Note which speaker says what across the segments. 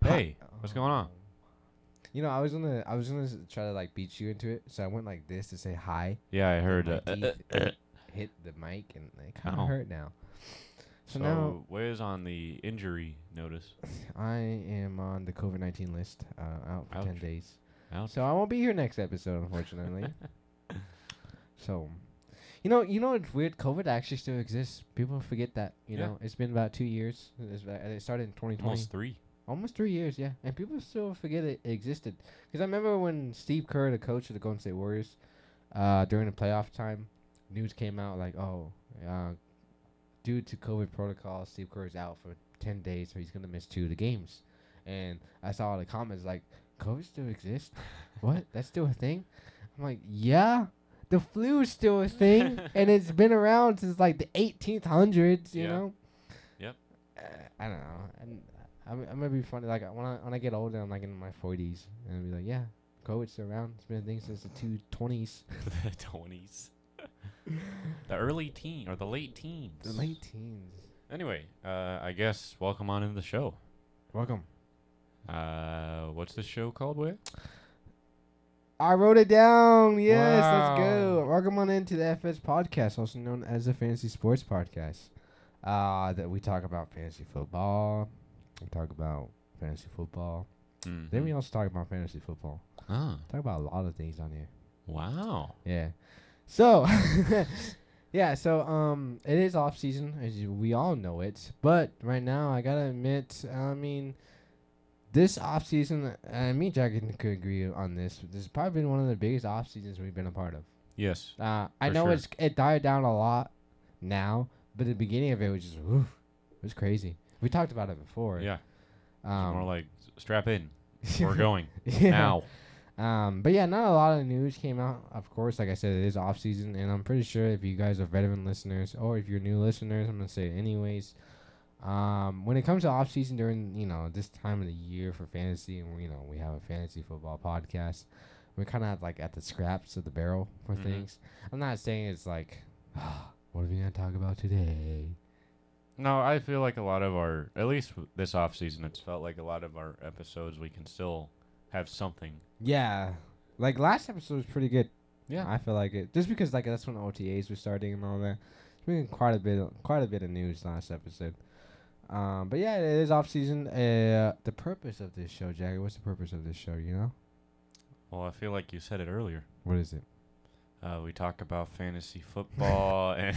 Speaker 1: What's going on?
Speaker 2: Um, You know, I was gonna, I was gonna s- try to like beat you into it, so I went like this to say hi.
Speaker 1: Yeah, I
Speaker 2: and
Speaker 1: heard. uh,
Speaker 2: my
Speaker 1: that.
Speaker 2: teeth hit the mic, and it kind
Speaker 1: Ow.
Speaker 2: of hurt now.
Speaker 1: so
Speaker 2: So, now
Speaker 1: where's on the injury notice?
Speaker 2: I am on the COVID nineteen list, uh, out for ten
Speaker 1: Ouch.
Speaker 2: days.
Speaker 1: Ouch.
Speaker 2: So I won't be here next episode, unfortunately. so, you know, you know, it's weird. COVID actually still exists. People forget that. You
Speaker 1: Yeah.
Speaker 2: know, it's been about two years. It's, about- it started in 2020.
Speaker 1: Almost three.
Speaker 2: Almost three years, yeah. And people still forget it existed. Because I remember when Steve Kerr, the coach of the Golden State Warriors, uh, during the playoff time, news came out like, oh, uh, due to COVID protocol, Steve Kerr is out for 10 days, so he's going to miss two of the games. And I saw all the comments like, COVID still exists? what? That's still a thing? I'm like, yeah. The flu is still a thing, and it's been around since like the 1800s, you
Speaker 1: Yeah.
Speaker 2: know?
Speaker 1: Yep.
Speaker 2: Uh, I don't know. And I'm, I'm gonna be funny. Like when I when I get older, I'm like in my 40s, and I'll be like, yeah, COVID's still around. It's been a thing since the two twenties,
Speaker 1: the twenties. the early teen or the late teens.
Speaker 2: the late teens.
Speaker 1: Anyway, uh, I guess welcome on into the show.
Speaker 2: Welcome.
Speaker 1: Uh, what's this show called? Where?
Speaker 2: I wrote it down. Yes, let's
Speaker 1: Wow.
Speaker 2: go. Welcome on into the FS podcast, also known as the Fantasy Sports Podcast. Uh, that we talk about fantasy football. We talk about fantasy football.
Speaker 1: Mm-hmm.
Speaker 2: Then we also talk about fantasy football.
Speaker 1: Oh,
Speaker 2: Talk about a lot of things on here.
Speaker 1: wow.
Speaker 2: Yeah. So, yeah. So, um, it is off season, as you, we all know it. But right now, I gotta admit, I mean, this off season, uh, me and Jack can- could agree on this. This has probably been one of the biggest off seasons we've been a part of.
Speaker 1: Yes.
Speaker 2: Uh, I
Speaker 1: For
Speaker 2: know
Speaker 1: sure.
Speaker 2: it's it died down a lot now, but the beginning of it was just, woof, it was crazy. We talked about it before.
Speaker 1: Yeah.
Speaker 2: Um,
Speaker 1: more like s- strap in. We're going
Speaker 2: yeah.
Speaker 1: now.
Speaker 2: Um, but yeah, not a lot of news came out. Of course, like I said, it is off season, and I'm pretty sure if you guys are veteran listeners or if you're new listeners, I'm gonna say it anyways. Um, when it comes to off season during you know this time of the year for fantasy, and you know we have a fantasy football podcast, we're kind of like at the scraps of the barrel for
Speaker 1: Mhm.
Speaker 2: things. I'm not saying it's like, what are we gonna talk about today?
Speaker 1: No, I feel like a lot of our, at least w- this off season, it's felt like a lot of our episodes we can still have something.
Speaker 2: Yeah, like last episode was pretty good.
Speaker 1: Yeah.
Speaker 2: I feel like it just because like that's when OTAs were starting and all that. There's been quite a bit, quite a bit of news last episode. Um, but yeah, it is off season. Uh, the purpose of this show, Jagger. What's the purpose of this show? You know,
Speaker 1: Well, I feel like you said it earlier.
Speaker 2: what is it?
Speaker 1: Uh, we talk about fantasy football and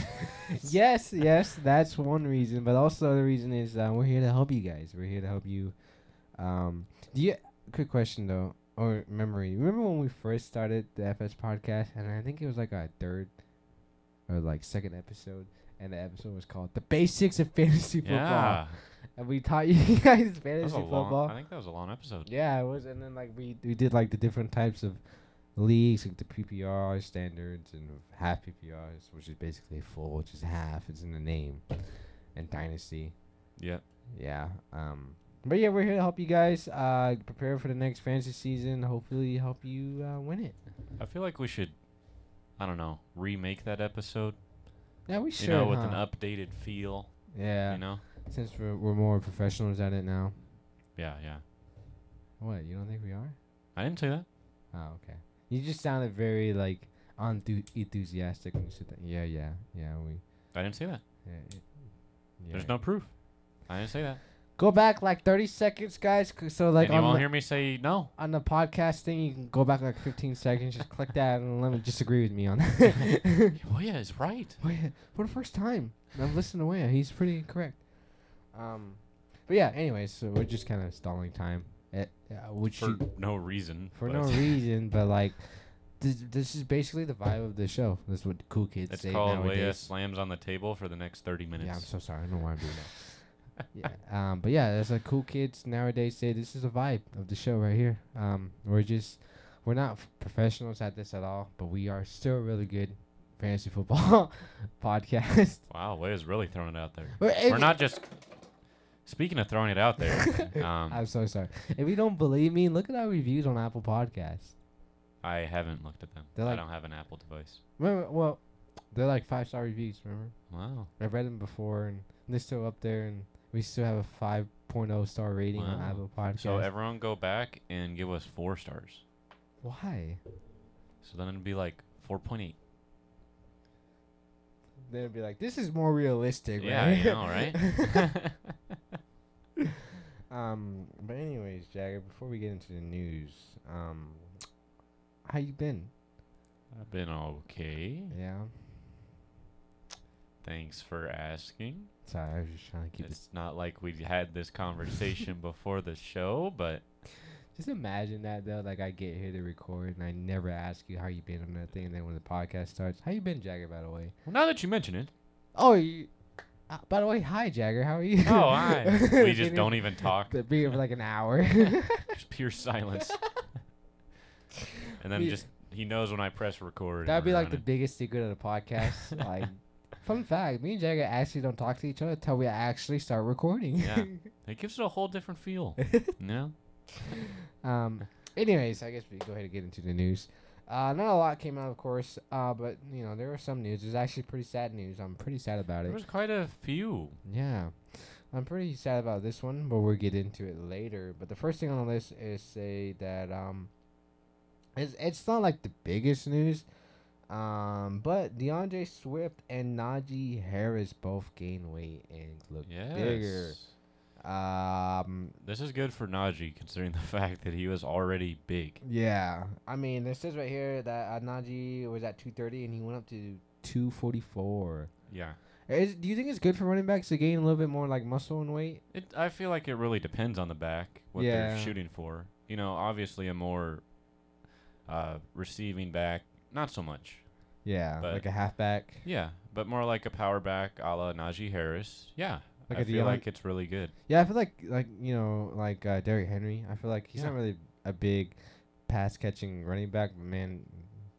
Speaker 2: yes, yes, that's one reason. But also the reason is uh, we're here to help you guys. We're here to help you. Um, do you? Quick question though, or memory. Remember when we first started the FS podcast, and I think it was like our third or like second episode, and the episode was called "The Basics of Fantasy Football,"
Speaker 1: yeah,
Speaker 2: and we taught you guys
Speaker 1: that was
Speaker 2: fantasy
Speaker 1: a long, I
Speaker 2: football.
Speaker 1: think that was a long episode.
Speaker 2: Yeah, it was, and then like we we did like the different types of leagues, like the PPR standards and half PPRs, which is basically full, which is half. It's in the name, and dynasty.
Speaker 1: Yeah,
Speaker 2: Yeah. Um. But yeah, we're here to help you guys uh, prepare for the next fantasy season. Hopefully, help you uh, win it.
Speaker 1: I feel like we should, I don't know, remake that episode.
Speaker 2: Yeah, we
Speaker 1: You
Speaker 2: should.
Speaker 1: know, with an
Speaker 2: huh?
Speaker 1: updated feel.
Speaker 2: Yeah.
Speaker 1: You know.
Speaker 2: Since we're, we're more professionals at it now.
Speaker 1: Yeah, yeah.
Speaker 2: What? You don't think we are?
Speaker 1: I didn't say that.
Speaker 2: Oh, okay. You just sounded very like unthu- enthusiastic when you said that. Yeah, yeah, yeah. We.
Speaker 1: I didn't say that.
Speaker 2: Yeah, it- yeah.
Speaker 1: There's no proof. I didn't say that.
Speaker 2: go back like 30 seconds, guys. 'cause- So like
Speaker 1: and you
Speaker 2: on
Speaker 1: won't
Speaker 2: the,
Speaker 1: hear me say no.
Speaker 2: on the podcast thing, you can go back like 15 seconds. Just click that and let me disagree with me on that.
Speaker 1: Well, yeah, it's right.
Speaker 2: Oh yeah, for the first time. And I've listened to Waya. He's pretty correct. Um, but yeah. Anyways, so we're just kind of stalling time. At, uh, which
Speaker 1: For
Speaker 2: you-
Speaker 1: no reason.
Speaker 2: for
Speaker 1: but
Speaker 2: no reason, but like, this, this is basically the vibe of the show. That's what cool kids
Speaker 1: It's
Speaker 2: say
Speaker 1: called Leia
Speaker 2: nowadays.
Speaker 1: slams on the table for the next 30 minutes.
Speaker 2: Yeah, I'm so sorry. I don't know why I'm doing that. yeah. Um, but yeah, that's like cool kids nowadays say this is a vibe of the show right here. Um, we're just we're not f- professionals at this at all, but we are still a really good fantasy football podcast.
Speaker 1: wow, Leia's really throwing it out there.
Speaker 2: We're,
Speaker 1: We're not just. Speaking of throwing it out there, um,
Speaker 2: I'm so sorry. If you don't believe me, look at our reviews on Apple Podcasts.
Speaker 1: I haven't looked at them.
Speaker 2: They're
Speaker 1: I
Speaker 2: like-
Speaker 1: don't have an Apple device.
Speaker 2: Remember, well, they're like five star reviews. Remember,
Speaker 1: Wow.
Speaker 2: I read them before, and they're still up there, and We still have a 5.0 star rating on
Speaker 1: Wow.
Speaker 2: Apple Podcasts.
Speaker 1: So everyone go back and give us four stars.
Speaker 2: Why?
Speaker 1: So then it'd be like 4.8.
Speaker 2: They'd be like, this is more realistic,
Speaker 1: Yeah,
Speaker 2: right?
Speaker 1: I know, right?
Speaker 2: Um, but anyways, Jagger, before we get into the news, um, how you been?
Speaker 1: I've been okay.
Speaker 2: Yeah.
Speaker 1: Thanks for asking.
Speaker 2: Sorry, I was just trying to keep it.
Speaker 1: It's not like we had this conversation before the show, but
Speaker 2: Just imagine that though. Like I get here to record and I never ask you how you been on that thing, and then when the podcast starts, how you been, Jagger? By the way.
Speaker 1: well, now that you mention it,
Speaker 2: Oh, you. Uh, by the way, hi, Jagger. How are you?
Speaker 1: oh, I, we just
Speaker 2: Didn't
Speaker 1: don't e even talk.
Speaker 2: To be here for like an hour.
Speaker 1: Just pure silence. and then
Speaker 2: We-
Speaker 1: just he knows when I press record.
Speaker 2: That'd
Speaker 1: and
Speaker 2: be
Speaker 1: we're
Speaker 2: like the
Speaker 1: running.
Speaker 2: biggest secret of the podcast. like, fun fact: me and Jagger actually don't talk to each other until we actually start recording.
Speaker 1: Yeah. It gives it a whole different feel. no.
Speaker 2: Um. Anyways, I guess we go ahead and get into the news. Uh, not a lot came out, of course. Uh, but you know there was some news. There's actually pretty sad news. I'm pretty sad about
Speaker 1: There
Speaker 2: it.
Speaker 1: was quite a few.
Speaker 2: Yeah, I'm pretty sad about this one, but we'll get into it later. But the first thing on the list is say that um, it's it's not like the biggest news. Um, but DeAndre Swift and Najee Harris both gain weight and look
Speaker 1: Yes.
Speaker 2: bigger. Um,
Speaker 1: This is good for Najee considering the fact that he was already big.
Speaker 2: Yeah, I mean, it says right here that uh, Najee was at 230 and he went up to 244.
Speaker 1: Yeah.
Speaker 2: Is, do you think it's good for running backs to gain a little bit more like muscle and weight?
Speaker 1: It, I feel like it really depends on the back what
Speaker 2: Yeah.
Speaker 1: they're shooting for. You know, obviously a more uh, receiving back, not so much.
Speaker 2: Yeah,
Speaker 1: But-
Speaker 2: like a halfback.
Speaker 1: Yeah, but more like a power back, a la Najee Harris. Yeah,
Speaker 2: Like
Speaker 1: I
Speaker 2: a
Speaker 1: feel
Speaker 2: Deion-
Speaker 1: like it's really good.
Speaker 2: Yeah, I feel like like you know like uh, Derrick Henry. I feel like he's
Speaker 1: Yeah.
Speaker 2: not really a big pass catching running back, but man,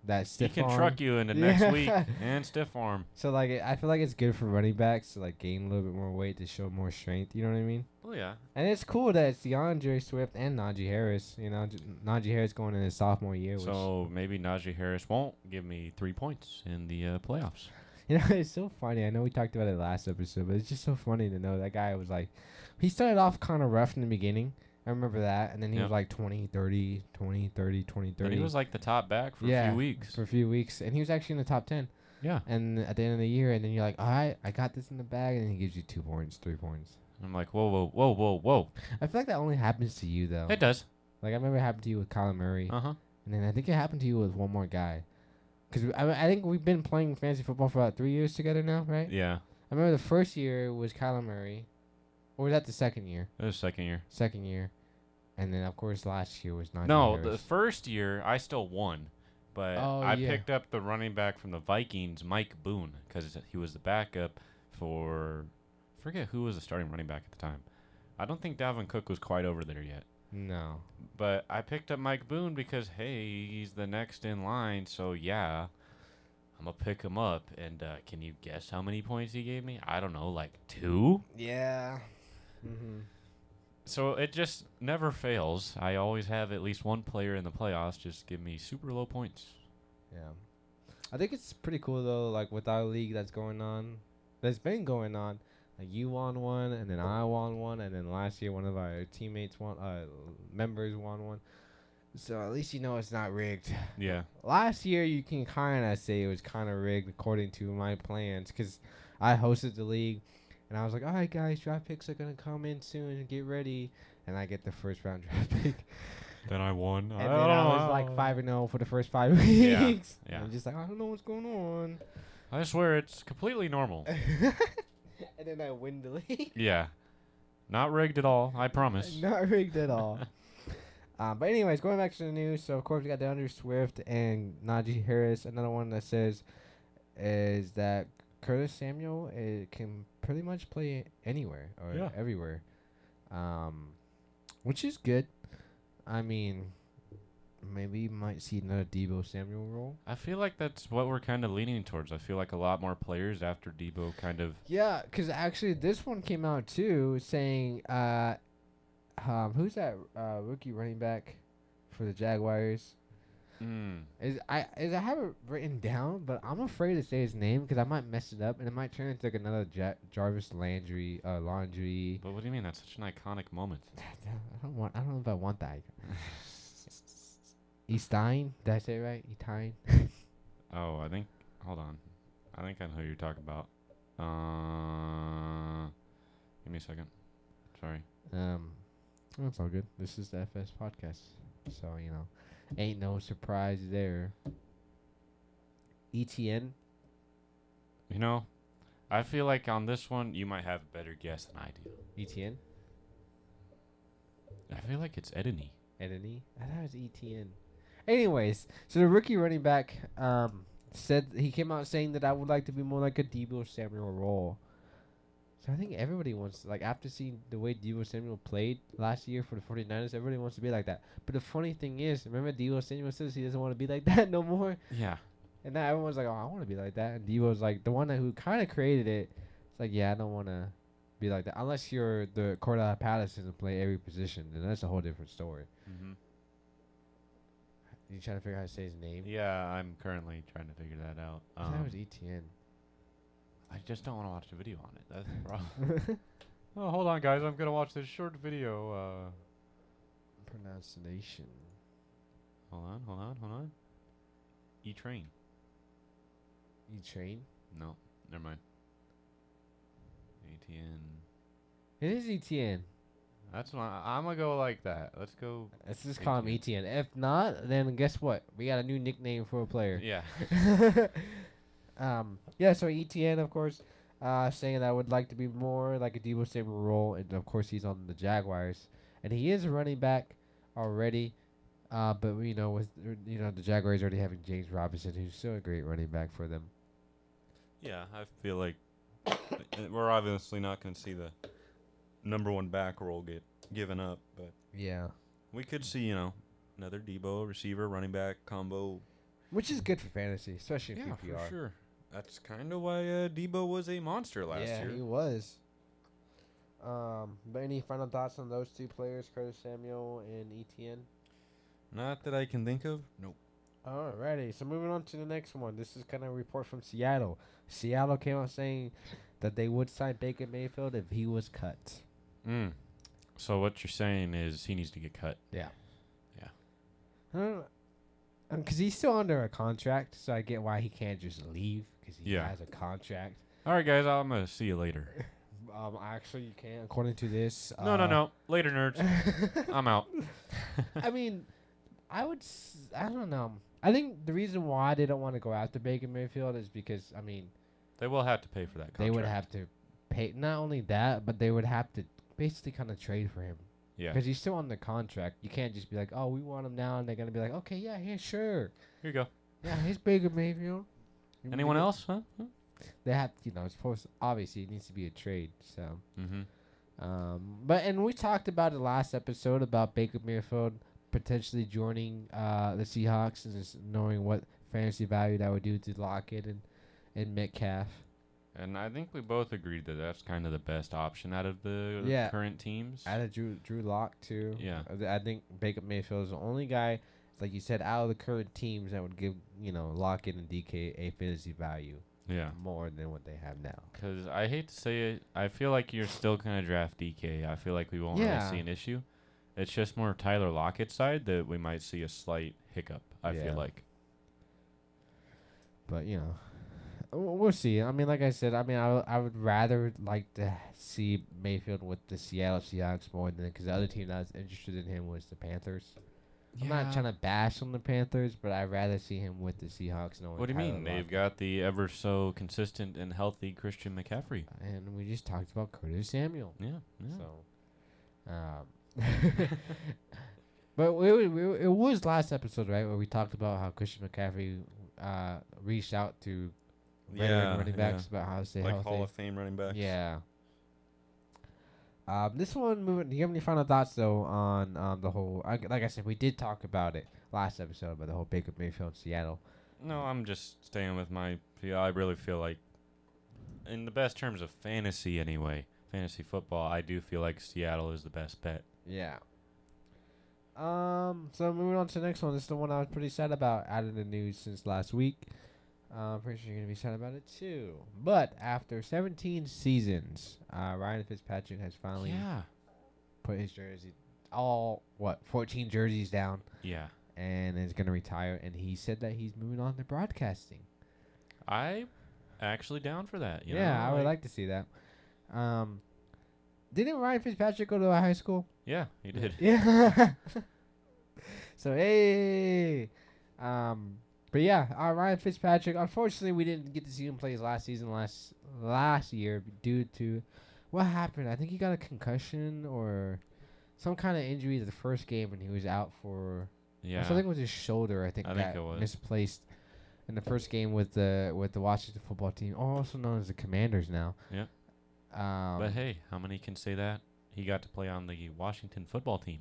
Speaker 2: that stiff
Speaker 1: he can
Speaker 2: arm.
Speaker 1: truck you into next week
Speaker 2: Yeah.
Speaker 1: and stiff arm.
Speaker 2: So like, I feel like it's good for running backs to like gain a little bit more weight to show more strength. You know what I mean?
Speaker 1: Oh yeah,
Speaker 2: And it's cool that it's DeAndre Swift and Najee Harris. You know, J- Najee Harris going in his sophomore year. Which,
Speaker 1: so maybe Najee Harris won't give me three points in the uh, playoffs.
Speaker 2: you know, it's so funny. I know we talked about it last episode, but it's just so funny to know that guy was like, he started off kind of rough in the beginning. I remember that. And then he was
Speaker 1: Yep.
Speaker 2: like 20, 30, 20, 30, 20, 30.
Speaker 1: But he was like the top back for a
Speaker 2: Yeah,
Speaker 1: few weeks.
Speaker 2: for a few weeks. And he was actually in the top 10.
Speaker 1: yeah,
Speaker 2: And at the end of the year, and then you're like, all right, I got this in the bag. And then he gives you two points, three points.
Speaker 1: I'm like whoa, whoa, whoa, whoa, whoa.
Speaker 2: I feel like that only happens to you, though.
Speaker 1: It does.
Speaker 2: Like, I remember it happened to you with Kyler Murray.
Speaker 1: Uh huh.
Speaker 2: And then I think it happened to you with one more guy. Because I, I think we've been playing fantasy football for about three years together now, right?
Speaker 1: Yeah,
Speaker 2: I remember the first year was Kyler Murray. Or was that the second year?
Speaker 1: it was second year.
Speaker 2: Second year. And then, of course, last year was not.
Speaker 1: No, the first year I still won, but
Speaker 2: Oh,
Speaker 1: I
Speaker 2: yeah.
Speaker 1: picked up the running back from the Vikings, Mike Boone, because he was the backup for I forget who was the starting running back at the time. I don't think Dalvin Cook was quite over there yet,
Speaker 2: no.
Speaker 1: but I picked up Mike Boone because hey, he's the next in line, so yeah, I'm gonna pick him up. And uh, can you guess how many points he gave me? I don't know, like two.
Speaker 2: Yeah. Mm-hmm.
Speaker 1: So it just never fails. I always have at least one player in the playoffs just give me super low points.
Speaker 2: Yeah. I think it's pretty cool, though, like, with our league that's going on, that's been going on. Like, you won one, and then I won one, and then last year one of our teammates won, uh, members won one. So at least you know it's not rigged.
Speaker 1: Yeah.
Speaker 2: last year you can kind of say it was kind of rigged according to my plans because i hosted the league and i was like all right guys draft picks are going to come in soon and get ready and i get the first round draft pick
Speaker 1: Then I won. Oh.
Speaker 2: and then i was like 5 and 0 for the first 5 weeks
Speaker 1: Yeah,
Speaker 2: And
Speaker 1: yeah.
Speaker 2: i'm just like i don't know what's going on
Speaker 1: I swear it's completely normal.
Speaker 2: and then i win the league
Speaker 1: yeah. Not rigged at all, I promise.
Speaker 2: Not rigged at all. uh, but anyways, going back to the news. So of course we got DeAndre Swift and Najee Harris. Another one that says is that Curtis Samuel uh, can pretty much play anywhere or
Speaker 1: Yeah.
Speaker 2: everywhere, um, which is good. I mean, maybe you might see another Debo Samuel role.
Speaker 1: I feel like that's what we're kind of leaning towards. I feel like a lot more players after Debo kind of.
Speaker 2: Yeah, because actually this one came out too, saying, uh, um, who's that uh, rookie running back for the Jaguars?
Speaker 1: Mm.
Speaker 2: Is I is I have it written down, but I'm afraid to say his name because I might mess it up and it might turn into like another ja- Jarvis Landry, uh, Laundry.
Speaker 1: But what do you mean? That's such an iconic moment.
Speaker 2: I don't want. I don't know if I want that. Eastine, did I say it right? Eastine.
Speaker 1: Oh, I think. Hold on. I think I know who you're talking about. Uh, give me a second. Sorry.
Speaker 2: Um, that's all good. This is the FS podcast, so you know, ain't no surprise there. E ETN.
Speaker 1: You know, I feel like on this one you might have a better guess than I do.
Speaker 2: ETN.
Speaker 1: I feel like it's Edany.
Speaker 2: Edeny? E? I thought it was ETN. Anyways, so the rookie running back um, said he came out saying that I would like to be more like a Debo Samuel role. So I think everybody wants like after seeing the way Debo Samuel played last year for the 49ers, everybody wants to be like that. But the funny thing is, remember Debo Samuel says he doesn't want to be like that no more.
Speaker 1: Yeah.
Speaker 2: And now everyone's like, "Oh, I want to be like that." And Debo's like, the one that who kind of created it. It's like, yeah, I don't want to be like that unless you're the Cordell Patterson and play every position, and that's a whole different story.
Speaker 1: Mm-hmm.
Speaker 2: You trying to figure out how to say his name?
Speaker 1: Yeah, I'm currently trying to figure that out.
Speaker 2: I thought it
Speaker 1: Um,
Speaker 2: was E ETN.
Speaker 1: I just don't want to watch the video on it. That's the problem. oh, hold on, guys. I'm gonna watch this short video. Uh,
Speaker 2: Pronunciation.
Speaker 1: hold on, hold on, hold on. E train.
Speaker 2: E train?
Speaker 1: No, never mind. ATN.
Speaker 2: It is E ETN.
Speaker 1: That's what I'm gonna go like that. Let's go.
Speaker 2: Let's just call him ETN. If not, then guess what? We got a new nickname for a player.
Speaker 1: Yeah.
Speaker 2: um, yeah, so ETN, of course, uh, saying that I would like to be more like a Debo Samuel role, and of course he's on the Jaguars, and he is a running back already. Uh, but you know, with you know the Jaguars already having James Robinson, who's still a great running back for them.
Speaker 1: Yeah, I feel like uh, we're obviously not gonna see the number one back role get given up, but
Speaker 2: Yeah.
Speaker 1: we could see you know another Debo receiver running back combo.
Speaker 2: Which is good for fantasy, especially in PPR.
Speaker 1: sure. That's kind of why uh, Debo was a monster last
Speaker 2: yeah,
Speaker 1: year.
Speaker 2: he was. Um, but any final thoughts on those two players, Curtis Samuel and E ETN?
Speaker 1: Not that I can think of. Nope.
Speaker 2: Alrighty, so moving on to the next one. This is kind of a report from Seattle. Seattle came out saying that they would sign Baker Mayfield if he was cut.
Speaker 1: Mm. So what you're saying is he needs to get cut.
Speaker 2: Because Um, he's still under a contract, so I get why he can't just leave because he
Speaker 1: Yeah.
Speaker 2: has a contract.
Speaker 1: All right, guys. I'm gonna see you later.
Speaker 2: Um, actually, you can, according to this. uh,
Speaker 1: No, no, no. Later, nerds.
Speaker 2: no.
Speaker 1: I'm out.
Speaker 2: I mean, I would. s- I don't know. I think the reason why they don't want to go after Baker Mayfield is because I mean
Speaker 1: They will have to pay for that contract.
Speaker 2: they would have to pay not only that, but they would have to basically kind of trade for him
Speaker 1: Yeah.
Speaker 2: because he's still on the contract. You can't just be like, oh, we want him now, and they're gonna be like, okay, yeah, here, sure,
Speaker 1: Here you go.
Speaker 2: yeah, here's Baker Mayfield. You
Speaker 1: Anyone
Speaker 2: know,
Speaker 1: else? Huh?
Speaker 2: They have, you know, it's supposed obviously it needs to be a trade. So,
Speaker 1: Mm-hmm.
Speaker 2: Um, but and we talked about it last episode about Baker Mayfield potentially joining uh, the Seahawks and just knowing what fantasy value that would do to Lockett and and Metcalf.
Speaker 1: And I think we both agreed that that's kind of the best option out of the
Speaker 2: Yeah.
Speaker 1: current teams.
Speaker 2: Added Drew Drew Lock too.
Speaker 1: Yeah.
Speaker 2: I th- I think Baker Mayfield is the only guy, like you said, out of the current teams that would give you know Lockett and DK a fantasy value
Speaker 1: yeah.
Speaker 2: more than what they have now.
Speaker 1: Because I hate to say it, I feel like you're still gonna draft DK. I feel like we won't
Speaker 2: Yeah.
Speaker 1: really see an issue. It's just more Tyler Lockett's side that we might see a slight hiccup. I
Speaker 2: Yeah.
Speaker 1: feel like.
Speaker 2: But you know, w- we'll see. I mean, like I said, I mean, I, I would rather like to see Mayfield with the Seattle Seahawks more than because the other team that was interested in him was the Panthers. I'm not trying to bash on the Panthers, but I'd rather see him with the Seahawks. Knowing
Speaker 1: What do you
Speaker 2: Tyler
Speaker 1: mean? They've
Speaker 2: Lockett.
Speaker 1: got the ever so consistent and healthy Christian McCaffrey.
Speaker 2: And we just talked about Curtis Samuel.
Speaker 1: Yeah. yeah.
Speaker 2: So, um, but we, we, we, it was last episode, right, where we talked about how Christian McCaffrey uh, reached out to veteran
Speaker 1: Yeah,
Speaker 2: running
Speaker 1: yeah.
Speaker 2: backs about how to stay healthy.
Speaker 1: Fame running back.
Speaker 2: Yeah. Um, this one, moving. Do you have any final thoughts though on um, the whole? I, like I said, we did talk about it last episode about the whole Baker Mayfield Seattle.
Speaker 1: No, I'm just staying with my. Yeah, I really feel like, in the best terms of fantasy anyway, fantasy football, I do feel like Seattle is the best bet.
Speaker 2: Yeah. Um, so moving on to the next one. This is the one I was pretty sad about out of the news since last week. Uh, I'm pretty sure you're gonna be sad about it too. But after 17 seasons, uh, Ryan Fitzpatrick has finally
Speaker 1: Yeah.
Speaker 2: put his jersey, all what 14 jerseys down,
Speaker 1: Yeah.
Speaker 2: and is gonna retire. And he said that he's moving on to broadcasting.
Speaker 1: I actually down for that. You
Speaker 2: yeah,
Speaker 1: know?
Speaker 2: I would like to see that. Um, didn't Ryan Fitzpatrick go to a high school?
Speaker 1: Yeah, he did.
Speaker 2: Yeah. so hey, um, but yeah, uh, Ryan Fitzpatrick. Unfortunately, we didn't get to see him play his last season last last year due to what happened. I think he got a concussion or some kind of injury to the first game, and he was out for
Speaker 1: Yeah.
Speaker 2: something with his shoulder. I think
Speaker 1: I think
Speaker 2: that
Speaker 1: it was.
Speaker 2: misplaced in the first game with the with the Washington football team, also known as the Commanders now.
Speaker 1: Yeah.
Speaker 2: Um,
Speaker 1: but hey, how many can say that? He got to play on the Washington football team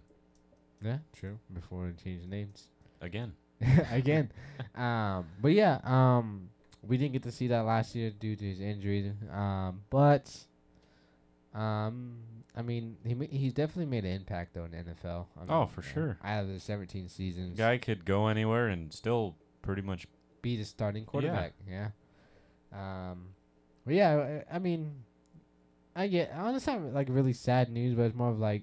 Speaker 2: yeah, true. Before they changed names.
Speaker 1: again.
Speaker 2: again. um, but yeah, um, we didn't get to see that last year due to his injury. Um, but um, I mean, he ma- he's definitely made an impact though in the NFL. I mean,
Speaker 1: Oh, for
Speaker 2: you know,
Speaker 1: sure.
Speaker 2: Out of the 17 seasons,
Speaker 1: Guy could go anywhere and still pretty much.
Speaker 2: be the starting quarterback. Yeah. Um, but yeah, I, I mean, I get. I understand like really sad news, but it's more of like,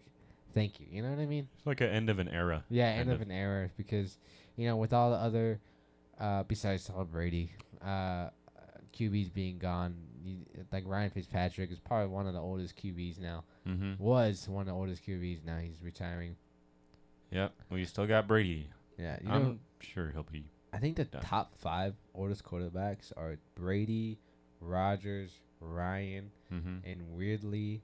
Speaker 2: thank you. You know what I mean?
Speaker 1: It's like an end of an era.
Speaker 2: Yeah,
Speaker 1: kind
Speaker 2: end of,
Speaker 1: of.
Speaker 2: an era because you know with all the other uh, besides Tom Brady, uh, QBs being gone, you, like Ryan Fitzpatrick is probably one of the oldest QBs now.
Speaker 1: Mm-hmm.
Speaker 2: Was one of the oldest QBs now he's retiring.
Speaker 1: Yep. We still got Brady.
Speaker 2: Yeah, you
Speaker 1: I'm
Speaker 2: know
Speaker 1: sure he'll be.
Speaker 2: I think the
Speaker 1: done.
Speaker 2: top five oldest quarterbacks are Brady, Rogers, Ryan,
Speaker 1: Mm-hmm.
Speaker 2: and weirdly,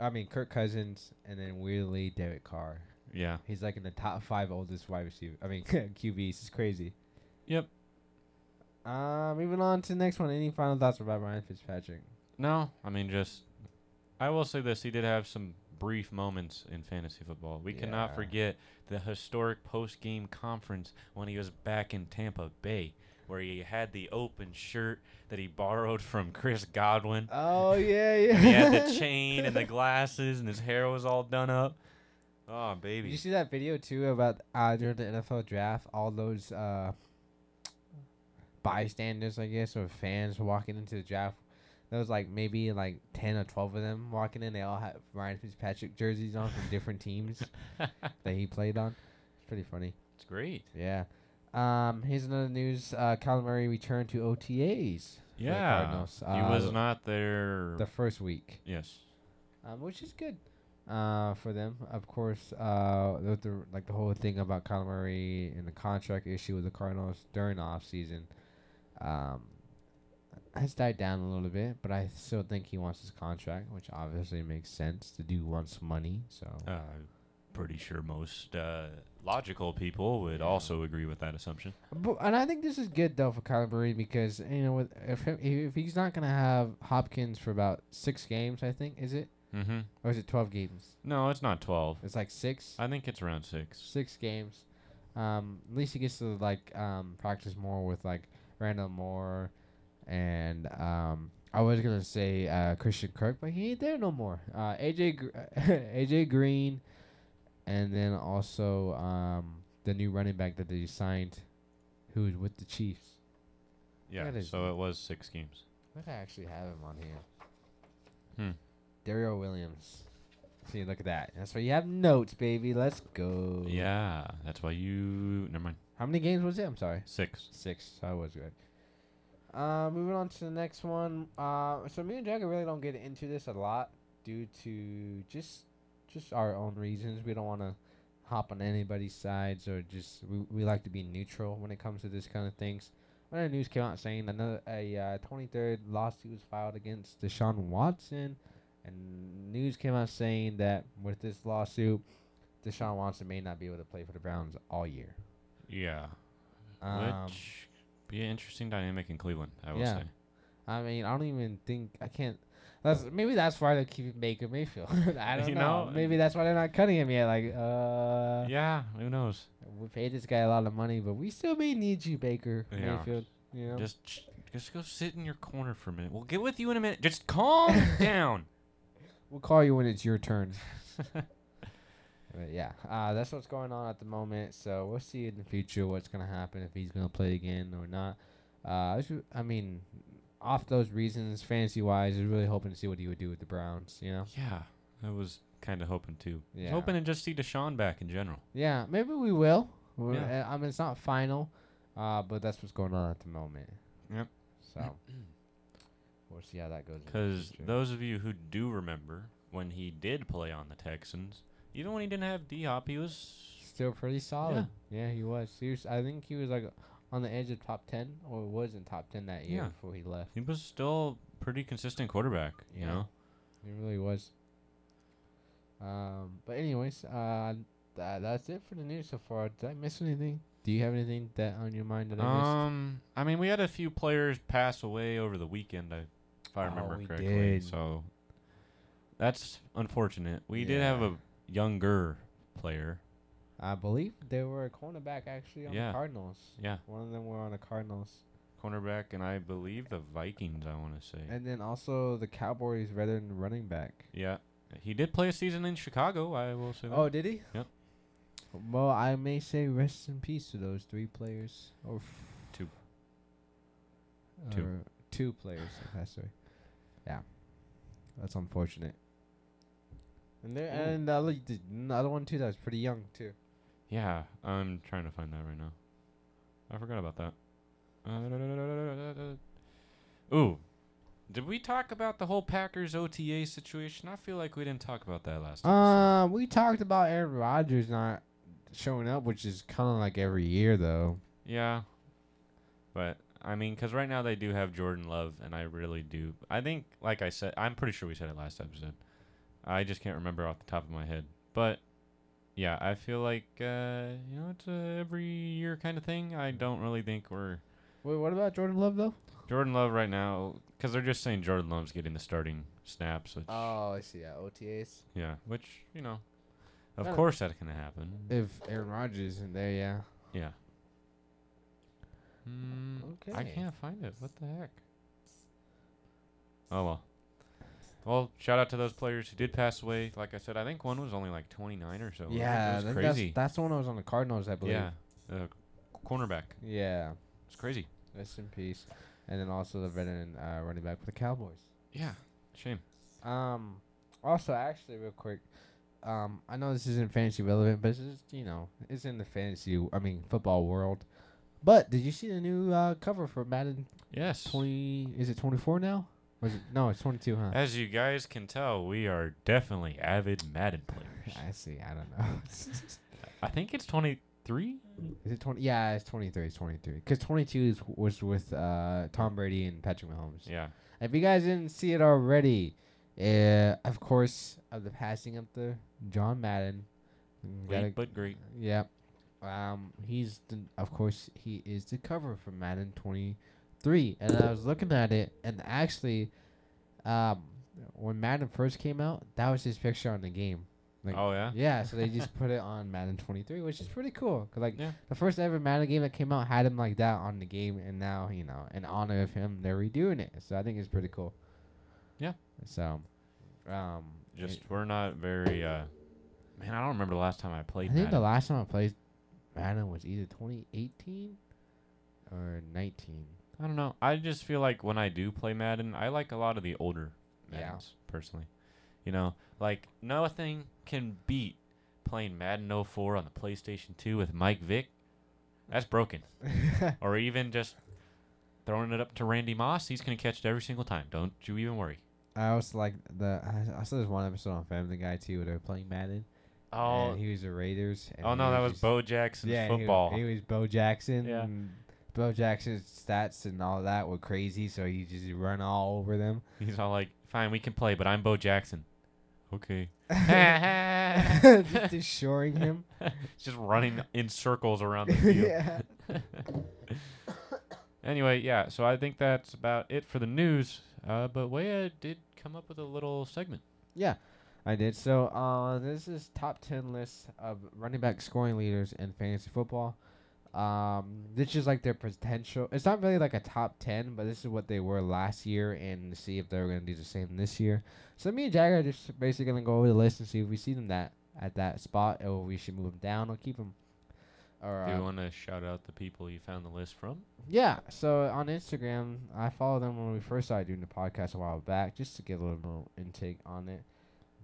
Speaker 2: I mean Kirk Cousins, and then weirdly Derek Carr.
Speaker 1: Yeah.
Speaker 2: He's like in the top five oldest wide receiver. I mean QBs. It's crazy.
Speaker 1: Yep.
Speaker 2: Uh, moving on to the next one. Any final thoughts about Ryan Fitzpatrick?
Speaker 1: No, I mean just. I will say this: he did have some brief moments in fantasy football. We
Speaker 2: Yeah.
Speaker 1: cannot forget the historic post-game conference when he was back in Tampa Bay, where he had the open shirt that he borrowed from Chris Godwin.
Speaker 2: Oh yeah, yeah.
Speaker 1: and he had the chain and the glasses, and his hair was all done up. Oh,
Speaker 2: Did you
Speaker 1: baby.
Speaker 2: see that video too about uh, during the NFL draft, all those uh, bystanders, I guess, or fans walking into the draft. There was like maybe like ten or twelve of them walking in. They all had Ryan Fitzpatrick jerseys on from different teams that he played on. It's pretty funny.
Speaker 1: It's great.
Speaker 2: Yeah. Um, here's another news. Uh, Kyler Murray returned to OTAs. for the
Speaker 1: Yeah.
Speaker 2: Cardinals,
Speaker 1: he
Speaker 2: uh,
Speaker 1: was not there.
Speaker 2: the first week.
Speaker 1: yes.
Speaker 2: um, which is good uh, for them. Of course, uh, the, the like the whole thing about Kyler Murray and the contract issue with the Cardinals during the off season, um, has died down a little bit. But I still think he wants his contract, which obviously makes sense. The dude wants money, so
Speaker 1: Uh, pretty sure most uh, logical people would
Speaker 2: Yeah.
Speaker 1: also agree with that assumption.
Speaker 2: But, and I think this is good though for Kyler Murray because you know with if him, if he's not gonna have Hopkins for about six games, I think is it
Speaker 1: Mm-hmm.
Speaker 2: or is it twelve games?
Speaker 1: No, it's not 12.
Speaker 2: It's like six.
Speaker 1: I think it's around six.
Speaker 2: six games. Um, at least he gets to like um, practice more with like Randall Moore, and um, I was gonna say uh, Christian Kirk, but he ain't there no more. Uh, AJ Gr- AJ Green, and then also um, the new running back that they signed, who's with the Chiefs.
Speaker 1: Yeah,
Speaker 2: That is-
Speaker 1: so it was six games.
Speaker 2: What did I actually have him on here?
Speaker 1: Hmm.
Speaker 2: Daryl Williams. See, look at that. That's why you have notes, baby. Let's go.
Speaker 1: Yeah, that's why you. Never mind.
Speaker 2: How many games was it? I'm sorry.
Speaker 1: Six.
Speaker 2: Six. I was good. Uh, moving on to the next one. Uh, so me and Jagger really don't get into this a lot due to just just our own reasons. We don't want to hop on anybody's sides or just we, we like to be neutral when it comes to this kind of things. When the news came out saying another a uh, 23rd lawsuit was filed against Deshaun Watson, and news came out saying that with this lawsuit, Deshaun Watson may not be able to play for the Browns all year.
Speaker 1: Yeah.
Speaker 2: Um,
Speaker 1: Which be an interesting dynamic in Cleveland, I will
Speaker 2: Yeah.
Speaker 1: say.
Speaker 2: I mean, I don't even think I can't. That's maybe that's why they're keeping Baker Mayfield. I don't
Speaker 1: You
Speaker 2: know.
Speaker 1: know,
Speaker 2: Maybe that's why they're not cutting him yet. Like, uh,
Speaker 1: Yeah, who knows?
Speaker 2: we paid this guy a lot of money, but we still may need you, Baker
Speaker 1: Yeah.
Speaker 2: Mayfield. You know,
Speaker 1: Just sh- just go sit in your corner for a minute. We'll get with you in a minute. Just calm down.
Speaker 2: we'll call you when it's your turn. But yeah, uh, that's what's going on at the moment. So we'll see in the future what's gonna happen if he's gonna play again or not. Uh, I, was re- I mean, off those reasons, fantasy wise, I was really hoping to see what he would do with the Browns. You know?
Speaker 1: Yeah, I was kind of hoping to. I was
Speaker 2: Yeah.
Speaker 1: hoping to just see Deshaun back in general.
Speaker 2: Yeah, maybe we will. We're, uh, I mean, it's not final, uh, but that's what's going on at the moment.
Speaker 1: Yep.
Speaker 2: So we'll see how that goes. in the
Speaker 1: Because
Speaker 2: future.
Speaker 1: those of you who do remember when he did play on the Texans, even when he didn't have D Hop, he was
Speaker 2: Still pretty solid. Yeah, he was. He was. I think he was like on the edge of top ten, or was in top ten that year
Speaker 1: Yeah.
Speaker 2: before he left.
Speaker 1: he was still pretty consistent quarterback. You
Speaker 2: Yeah.
Speaker 1: know,
Speaker 2: He really was. Um, but anyways, uh, tha- that's it for the news so far. Did I miss anything? Do you have anything that on your mind that I missed?
Speaker 1: um, I mean, we had a few players pass away over the weekend, I, if I
Speaker 2: Oh,
Speaker 1: remember
Speaker 2: we
Speaker 1: correctly.
Speaker 2: did.
Speaker 1: So that's unfortunate. We did have
Speaker 2: Yeah.
Speaker 1: a younger player.
Speaker 2: I believe they were a cornerback actually on
Speaker 1: Yeah.
Speaker 2: the Cardinals.
Speaker 1: Yeah,
Speaker 2: One of them were on the Cardinals,
Speaker 1: cornerback, and I believe the Vikings. I want to say.
Speaker 2: and then also the Cowboys veteran running back.
Speaker 1: yeah, he did play a season in Chicago. I will say that.
Speaker 2: Oh, did he?
Speaker 1: Yep.
Speaker 2: Well, I may say rest in peace to those three players, or f-
Speaker 1: Two. Two.
Speaker 2: or two players that passed away. Yeah, that's unfortunate. And there,
Speaker 1: Ooh.
Speaker 2: and the other, the other one too that was pretty young too.
Speaker 1: Yeah, I'm trying to find that right now. I forgot about that. Uh, Ooh, did we talk about the whole Packers OTA situation? I feel like we didn't talk about that last episode.
Speaker 2: Um, we talked about Aaron Rodgers not showing up, which is kind of like every year though.
Speaker 1: Yeah, but I mean, 'cause right now they do have Jordan Love, and I really do. I think, like I said, I'm pretty sure we said it last episode. I just can't remember off the top of my head, but. Yeah, I feel like uh, you know it's a every year kind of thing. I don't really think we're
Speaker 2: Wait, what about Jordan Love though?
Speaker 1: Jordan Love right now, because they're just saying Jordan Love's getting the starting snaps, which
Speaker 2: Oh, I see. Yeah, OTAs.
Speaker 1: yeah, which you know, of
Speaker 2: That'll-
Speaker 1: course that can happen.
Speaker 2: If Aaron Rodgers isn't there, yeah.
Speaker 1: Yeah. Mm, I
Speaker 2: Okay.
Speaker 1: can't find it. What the heck? Oh well. Well, shout out to those players who did pass away. Like I said, I think one was only like 29 or so. wasn't it?
Speaker 2: yeah,
Speaker 1: it was
Speaker 2: I think
Speaker 1: crazy.
Speaker 2: That's, that's the one I was on the Cardinals, I believe.
Speaker 1: yeah, the cornerback.
Speaker 2: Yeah.
Speaker 1: It's crazy.
Speaker 2: Rest in peace. And then also the veteran uh, running back for the Cowboys.
Speaker 1: Yeah, shame.
Speaker 2: Um, also, actually, real quick, um, I know this isn't fantasy relevant, but it's just, you know, it's in the fantasy, I mean, football world. But did you see the new uh, cover for Madden
Speaker 1: Yes.
Speaker 2: 20? Is it 24 now? Was it, no, it's 22, huh?
Speaker 1: As you guys can tell, we are definitely avid Madden players.
Speaker 2: I see. I don't know.
Speaker 1: I think it's 23.
Speaker 2: is it 20? Yeah, it's 23. It's 23. Because 22 is, was with uh, Tom Brady and Patrick Mahomes.
Speaker 1: Yeah.
Speaker 2: If you guys didn't see it already, uh, of course, of the passing of the John Madden. Mm,
Speaker 1: Late
Speaker 2: Gotta,
Speaker 1: but great.
Speaker 2: yep. Um, he's the, of course he is the cover for Madden 23, and I was looking at it, and actually, um, when Madden first came out, that was his picture on the game. Like,
Speaker 1: oh yeah.
Speaker 2: yeah, so they just put it on Madden 23, which is pretty cool. 'cause, like
Speaker 1: Yeah.
Speaker 2: the first ever Madden game that came out had him like that on the game, and now you know in honor of him, they're redoing it. So I think it's pretty cool.
Speaker 1: Yeah.
Speaker 2: So, um,
Speaker 1: Just
Speaker 2: it-
Speaker 1: we're not very. uh Man, I don't remember the last time I
Speaker 2: I
Speaker 1: played
Speaker 2: think the
Speaker 1: Madden.
Speaker 2: last time I played Madden was either 2018 or 19.
Speaker 1: I don't know. I just feel like when I do play Madden, I like a lot of the older
Speaker 2: Yeah.
Speaker 1: Maddens personally. You know, like nothing can beat playing Madden 04 on the PlayStation 2 with Mike Vick. That's broken. or even just throwing it up to Randy Moss. He's gonna catch it every single time. Don't you even worry.
Speaker 2: I also like the I, I saw this one episode on Family Guy too where they were playing Madden.
Speaker 1: Oh,
Speaker 2: and he was the Raiders. and
Speaker 1: oh
Speaker 2: he
Speaker 1: no, that was
Speaker 2: just-
Speaker 1: Bo Jackson's
Speaker 2: Yeah, he wa-
Speaker 1: football.
Speaker 2: He, was Bo Jackson.
Speaker 1: Yeah.
Speaker 2: and Bo Jackson's stats and all that were crazy, so he just run all over them.
Speaker 1: He's all like, "Fine, we can play, but I'm Bo Jackson." Okay.
Speaker 2: just destroying him.
Speaker 1: Just running in circles around the field.
Speaker 2: yeah.
Speaker 1: Anyway, yeah. So I think that's about it for the news. Uh, but Waya did come up with a little segment.
Speaker 2: Yeah. I did. So uh, this is top ten list of running back scoring leaders in fantasy football. Um, this is like their potential. It's not really like a top ten, but this is what they were last year, and to see if they're gonna do the same this year. So me and Jagger are just basically gonna go over the list and see if we see them that at that spot, or we should move him down or keep him. Or
Speaker 1: Do
Speaker 2: uh,
Speaker 1: you want to shout out the people you found the list from?
Speaker 2: yeah, so on Instagram, I follow them when we first started doing the podcast a while back, just to get a little more intake on it.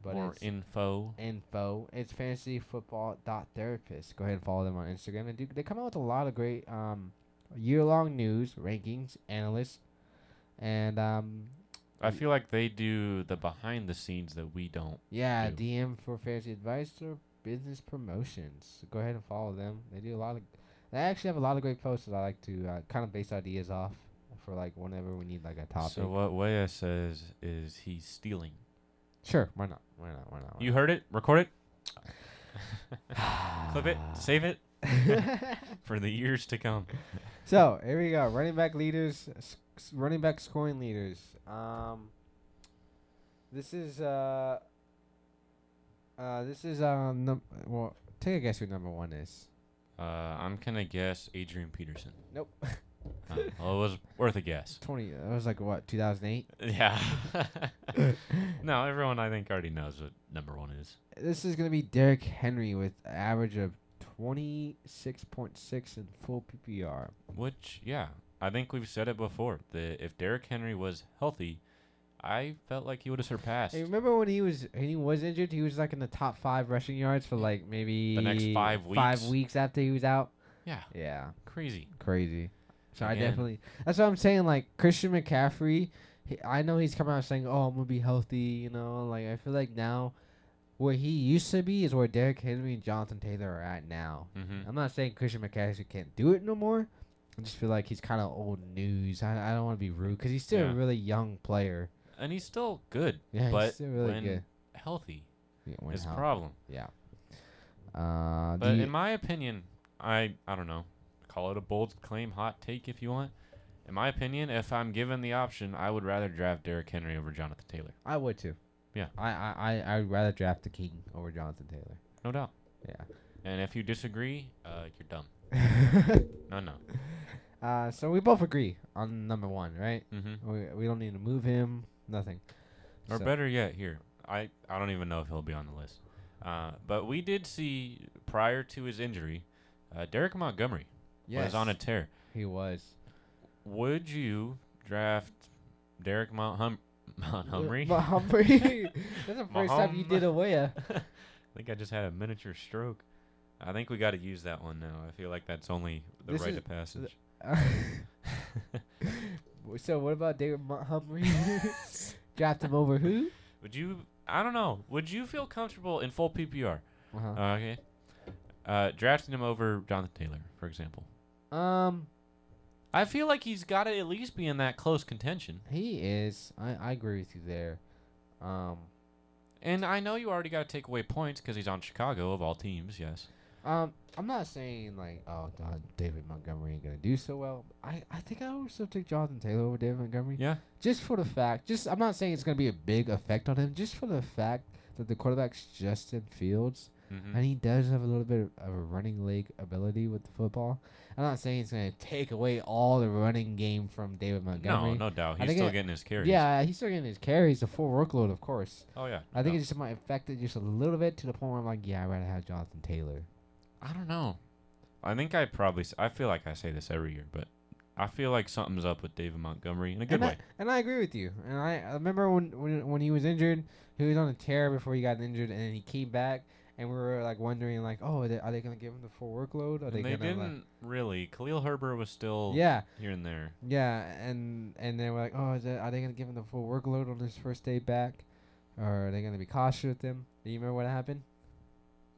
Speaker 2: But
Speaker 1: More
Speaker 2: it's
Speaker 1: info.
Speaker 2: info, it's fantasyfootball.therapist. Go ahead and follow them on Instagram. They do. They come out with a lot of great um, year-long news, rankings, analysts, and um,
Speaker 1: I
Speaker 2: y-
Speaker 1: feel like they do the behind the scenes that we don't.
Speaker 2: Yeah,
Speaker 1: do.
Speaker 2: DM for fantasy advice or business promotions. Go ahead and follow them. They do a lot of. They actually have a lot of great posts that I like to uh, kind of base ideas off for like whenever we need like a topic.
Speaker 1: So what Waya says is he's stealing.
Speaker 2: sure, why not? Why not? Why not? Why
Speaker 1: You heard it. Record it.
Speaker 2: not?
Speaker 1: Clip it. Save it for the years to come.
Speaker 2: so here we go. Running back leaders, s- s- running back scoring leaders. Um, this is uh, uh, this is um, num- well, take a guess who number one is.
Speaker 1: Uh, I'm gonna guess Adrian Peterson.
Speaker 2: Nope.
Speaker 1: Uh, well, it was worth a guess.
Speaker 2: Twenty. That was like what? Two thousand eight.
Speaker 1: Yeah. no, everyone I think already knows what number one is.
Speaker 2: This is gonna be Derrick Henry with an average of twenty six point six in full PPR.
Speaker 1: Which, yeah, I think we've said it before. That if Derrick Henry was healthy, I felt like he would have surpassed
Speaker 2: Hey, remember when he was when he was injured? He was like in the top five rushing yards for like maybe
Speaker 1: five
Speaker 2: five
Speaker 1: weeks.
Speaker 2: weeks after he was out.
Speaker 1: Yeah.
Speaker 2: Yeah,
Speaker 1: crazy.
Speaker 2: crazy. So I
Speaker 1: Again.
Speaker 2: definitely. That's what I'm saying. Like Christian McCaffrey, he, I know he's coming out saying, "Oh, I'm gonna be healthy," you know. Like I feel like now, where he used to be is where Derrick Henry and Jonathan Taylor are at now.
Speaker 1: Mm-hmm.
Speaker 2: I'm not saying Christian McCaffrey can't do it no more. I just feel like he's kind of old news. I, I don't want to be rude because he's still
Speaker 1: Yeah.
Speaker 2: a really young player.
Speaker 1: And he's still good.
Speaker 2: Yeah,
Speaker 1: But
Speaker 2: he's still really
Speaker 1: when
Speaker 2: good.
Speaker 1: Healthy
Speaker 2: Yeah, when
Speaker 1: is the
Speaker 2: healthy.
Speaker 1: problem.
Speaker 2: Yeah. Uh,
Speaker 1: But
Speaker 2: do you-
Speaker 1: in my opinion, I I don't know. Call it a bold claim, hot take if you want. In my opinion, if I'm given the option, I would rather draft Derrick Henry over Jonathan Taylor.
Speaker 2: I would too.
Speaker 1: Yeah.
Speaker 2: I I I I'd rather draft the King over Jonathan Taylor.
Speaker 1: No doubt.
Speaker 2: Yeah.
Speaker 1: And if you disagree, uh, you're dumb. No, no.
Speaker 2: uh, so we both agree on number one, right?
Speaker 1: Mm-hmm.
Speaker 2: We we don't need to move him. Nothing.
Speaker 1: Or
Speaker 2: So-
Speaker 1: better yet, here. I, I don't even know if he'll be on the list. Uh, but we did see, prior to his injury, uh, Derek Montgomery was on a
Speaker 2: Yes,
Speaker 1: tear.
Speaker 2: He was.
Speaker 1: Would you draft Derek Mount Hum- Montgomery? I
Speaker 2: Montgomery. That's the first time you did
Speaker 1: Mahom-
Speaker 2: away. uh,
Speaker 1: think I just had a miniature stroke. I think we got to use that one now. I feel like that's only the
Speaker 2: This
Speaker 1: rite
Speaker 2: is-
Speaker 1: of passage.
Speaker 2: W- so what about David Montgomery? Draft him over who?
Speaker 1: Would you? I don't know. Would you feel comfortable in full PPR?
Speaker 2: Uh-huh.
Speaker 1: Uh, okay. Uh, drafting him over Jonathan Taylor, for example.
Speaker 2: Um,
Speaker 1: I feel like he's got to at least be in that close contention.
Speaker 2: he is. I, I agree with you there. Um,
Speaker 1: And I know you already got to take away points because he's on Chicago of all teams. Yes.
Speaker 2: um, I'm not saying like, oh God, David Montgomery ain't gonna do so well. I, I think I would still take Jonathan Taylor over David Montgomery.
Speaker 1: Yeah.
Speaker 2: Just for the fact, just I'm not saying it's gonna be a big effect on him. Just for the fact that the quarterback's Justin Fields
Speaker 1: Mm-hmm.
Speaker 2: and he does have a little bit of a running leg ability with the football. I'm not saying it's going to take away all the running game from David
Speaker 1: No,
Speaker 2: Montgomery.
Speaker 1: no doubt.
Speaker 2: I
Speaker 1: He's
Speaker 2: think
Speaker 1: still
Speaker 2: it-
Speaker 1: getting his carries.
Speaker 2: Yeah, he's still getting his carries, the full workload, of course.
Speaker 1: Oh yeah.
Speaker 2: I think
Speaker 1: no.
Speaker 2: it just might affect it just a little bit to the point where I'm like, yeah, I'd rather have Jonathan Taylor.
Speaker 1: I don't know. I think I probably. s- I feel like I say this every year, but I feel like something's up with David Montgomery in a good
Speaker 2: and
Speaker 1: way.
Speaker 2: I, and I agree with you. And I, I remember when, when when he was injured, he was on a tear before he got injured, and then he came back, and we were like wondering, like, oh, are they, are they going to give him the full workload? Are
Speaker 1: And they
Speaker 2: gonna, like-
Speaker 1: didn't really. Khalil Herbert was still
Speaker 2: yeah,
Speaker 1: here and there.
Speaker 2: Yeah, and and they were like, oh, is that, are they gonna give him the full workload on his first day back, or are they gonna be cautious with him? Do you remember what happened?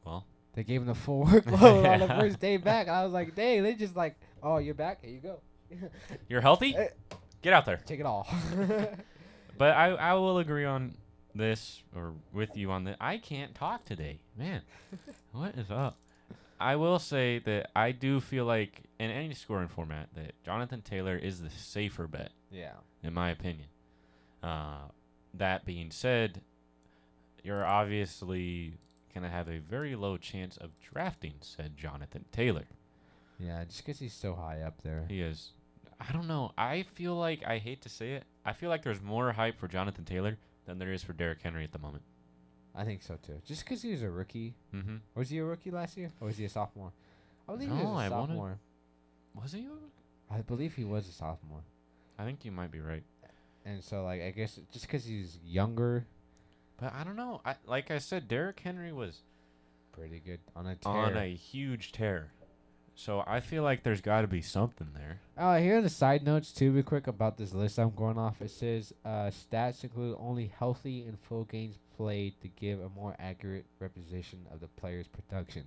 Speaker 1: Well.
Speaker 2: They gave him the full workload on the first day back. I was like, dang, they just like, oh, you're back, here you go,
Speaker 1: You're healthy.
Speaker 2: Eh.
Speaker 1: Get out there.
Speaker 2: take it all.
Speaker 1: But I, I will agree on this or with you on this. I can't talk today, man. what is up? I will say that I do feel like in any scoring format that Jonathan Taylor is the safer bet
Speaker 2: yeah,
Speaker 1: in my opinion. Uh, that being said, you're obviously gonna have a very low chance of drafting said Jonathan Taylor.
Speaker 2: yeah, just 'cause he's so high up there.
Speaker 1: He is. I don't know. I feel like I hate to say it. I feel like there's more hype for Jonathan Taylor than there is for Derrick Henry at the moment.
Speaker 2: I think so too. Just because he was a rookie,
Speaker 1: Mm-hmm.
Speaker 2: was he a rookie last year, or was he a sophomore? I believe he
Speaker 1: No,
Speaker 2: was a
Speaker 1: I wanted-
Speaker 2: sophomore.
Speaker 1: Was he?
Speaker 2: I believe he was a sophomore,
Speaker 1: I think you might be right.
Speaker 2: and so like I guess just because he's younger,
Speaker 1: But I don't know. I like I said, Derrick Henry was
Speaker 2: pretty good on a tear.
Speaker 1: on a huge tear, so I feel like there's got to be something there.
Speaker 2: Oh, here are the side notes too, real quick about this list I'm going off. It says uh, stats include only healthy and full games played to give a more accurate representation of the player's production.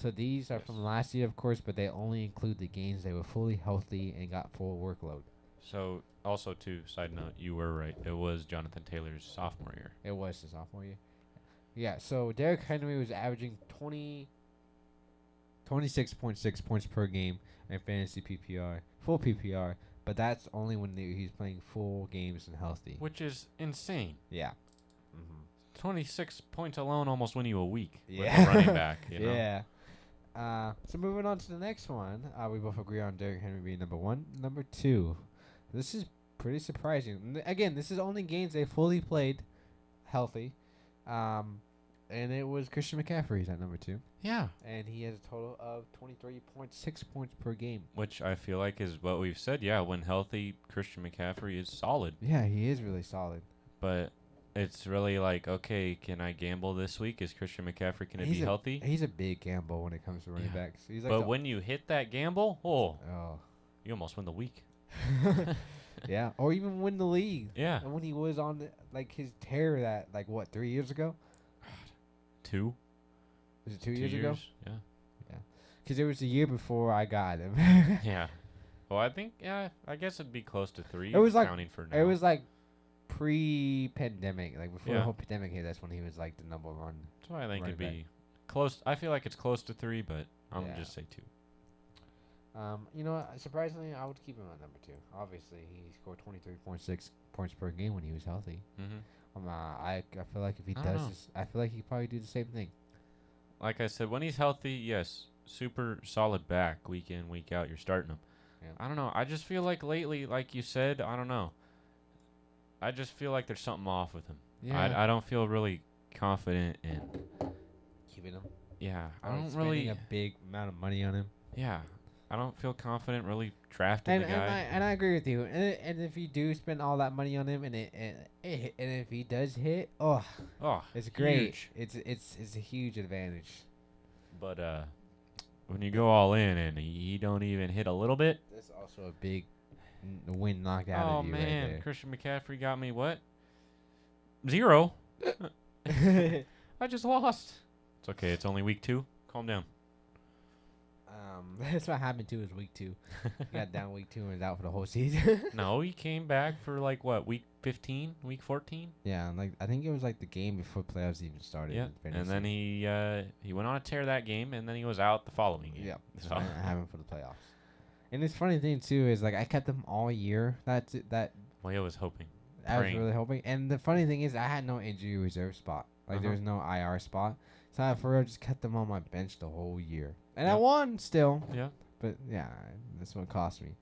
Speaker 2: So these are from last year, of course, but they only include the games they were fully healthy and got full workload.
Speaker 1: So also too, side note, you were right. It was Jonathan Taylor's sophomore year.
Speaker 2: It was his sophomore year. Yeah, so Derrick Henry was averaging 20, 26.6 points per game in fantasy PPR, full PPR, but that's only when the, he's playing full games and healthy.
Speaker 1: Which is insane.
Speaker 2: Yeah.
Speaker 1: 26 points alone almost win you a week
Speaker 2: Yeah.
Speaker 1: with a running back. You know?
Speaker 2: Yeah. Uh, so moving on to the next one, uh, we both agree on Derrick Henry being number one. Number two, this is pretty surprising. N- Again, this is only games they fully played, healthy, um, and it was Christian McCaffrey's at number two,
Speaker 1: Yeah.
Speaker 2: and he has a total of twenty three point six points per game.
Speaker 1: Which I feel like is what we've said. Yeah, when healthy, Christian McCaffrey is solid.
Speaker 2: Yeah, he is really solid.
Speaker 1: But it's really like, okay, can I gamble this week? Is Christian McCaffrey going to be
Speaker 2: He's a-
Speaker 1: healthy?
Speaker 2: He's a big gamble when it comes to running
Speaker 1: Yeah.
Speaker 2: backs. He's like
Speaker 1: but
Speaker 2: the-
Speaker 1: when you hit that gamble, oh,
Speaker 2: oh
Speaker 1: you almost win the week.
Speaker 2: yeah, or even win the league.
Speaker 1: Yeah.
Speaker 2: And when he was on the, like his tear that like what three years ago?
Speaker 1: Two.
Speaker 2: Was it two,
Speaker 1: two
Speaker 2: years, ago? 'Cause ago? Because it was the year before I got him.
Speaker 1: Yeah. yeah. Well, I think, yeah, I guess it'd be close to three.
Speaker 2: It was like-
Speaker 1: counting for now.
Speaker 2: it was like pre-pandemic, like before
Speaker 1: Yeah.
Speaker 2: the whole pandemic hit. That's when he was like the number one.
Speaker 1: That's why I think it'd
Speaker 2: running
Speaker 1: be
Speaker 2: back.
Speaker 1: close. I feel like it's close to three, but I'm
Speaker 2: Yeah.
Speaker 1: going to just say two.
Speaker 2: Um, you know, what, surprisingly, I would keep him at number two. Obviously, he scored twenty-three point six points per game when he was healthy.
Speaker 1: Mm-hmm.
Speaker 2: Um, uh, I I feel like if he
Speaker 1: I don't
Speaker 2: does,
Speaker 1: know.
Speaker 2: this, I feel like he could probably do the same thing.
Speaker 1: like I said, when he's healthy, yes, super solid back week in, week out. You're starting him.
Speaker 2: Yeah.
Speaker 1: I don't know. I just feel like lately, like you said, I don't know. I just feel like there's something off with him.
Speaker 2: Yeah,
Speaker 1: I, I don't feel really confident in.
Speaker 2: keeping him.
Speaker 1: Yeah, I
Speaker 2: Not
Speaker 1: don't
Speaker 2: spending
Speaker 1: really.
Speaker 2: a big amount of money on him.
Speaker 1: Yeah, I don't feel confident really drafting
Speaker 2: And,
Speaker 1: the
Speaker 2: and
Speaker 1: guy.
Speaker 2: I and I agree with you. And, and if you do spend all that money on him, and it, and, it and if he does hit, oh,
Speaker 1: oh,
Speaker 2: It's great.
Speaker 1: Huge.
Speaker 2: It's it's it's a huge advantage.
Speaker 1: but uh, when you go all in and he he don't even hit a little bit.
Speaker 2: That's also a big n- win knocked out
Speaker 1: Oh
Speaker 2: of you
Speaker 1: man, Christian McCaffrey got me what? Zero.
Speaker 2: right there.
Speaker 1: I just lost. It's okay. It's only week two. Calm down.
Speaker 2: um, that's what happened to his week two. He got down week two and was out for the whole season.
Speaker 1: no, he came back for like what week fifteen, week fourteen.
Speaker 2: yeah, and, like I think it was like the game before playoffs even started.
Speaker 1: Yeah, and then he uh, he went on a tear that game, and then he was out the following game.
Speaker 2: yeah,
Speaker 1: So-
Speaker 2: I happened for the playoffs. And this funny thing too is like I kept them all year. That's it, that
Speaker 1: Well, I was hoping.
Speaker 2: I was
Speaker 1: Praying.
Speaker 2: really hoping. And the funny thing is, I had no injury reserve spot. Like there
Speaker 1: Uh-huh.
Speaker 2: was no IR spot, so I for real just kept them on my bench the whole year, and I
Speaker 1: Yeah.
Speaker 2: won still.
Speaker 1: Yeah.
Speaker 2: But yeah, this one cost me.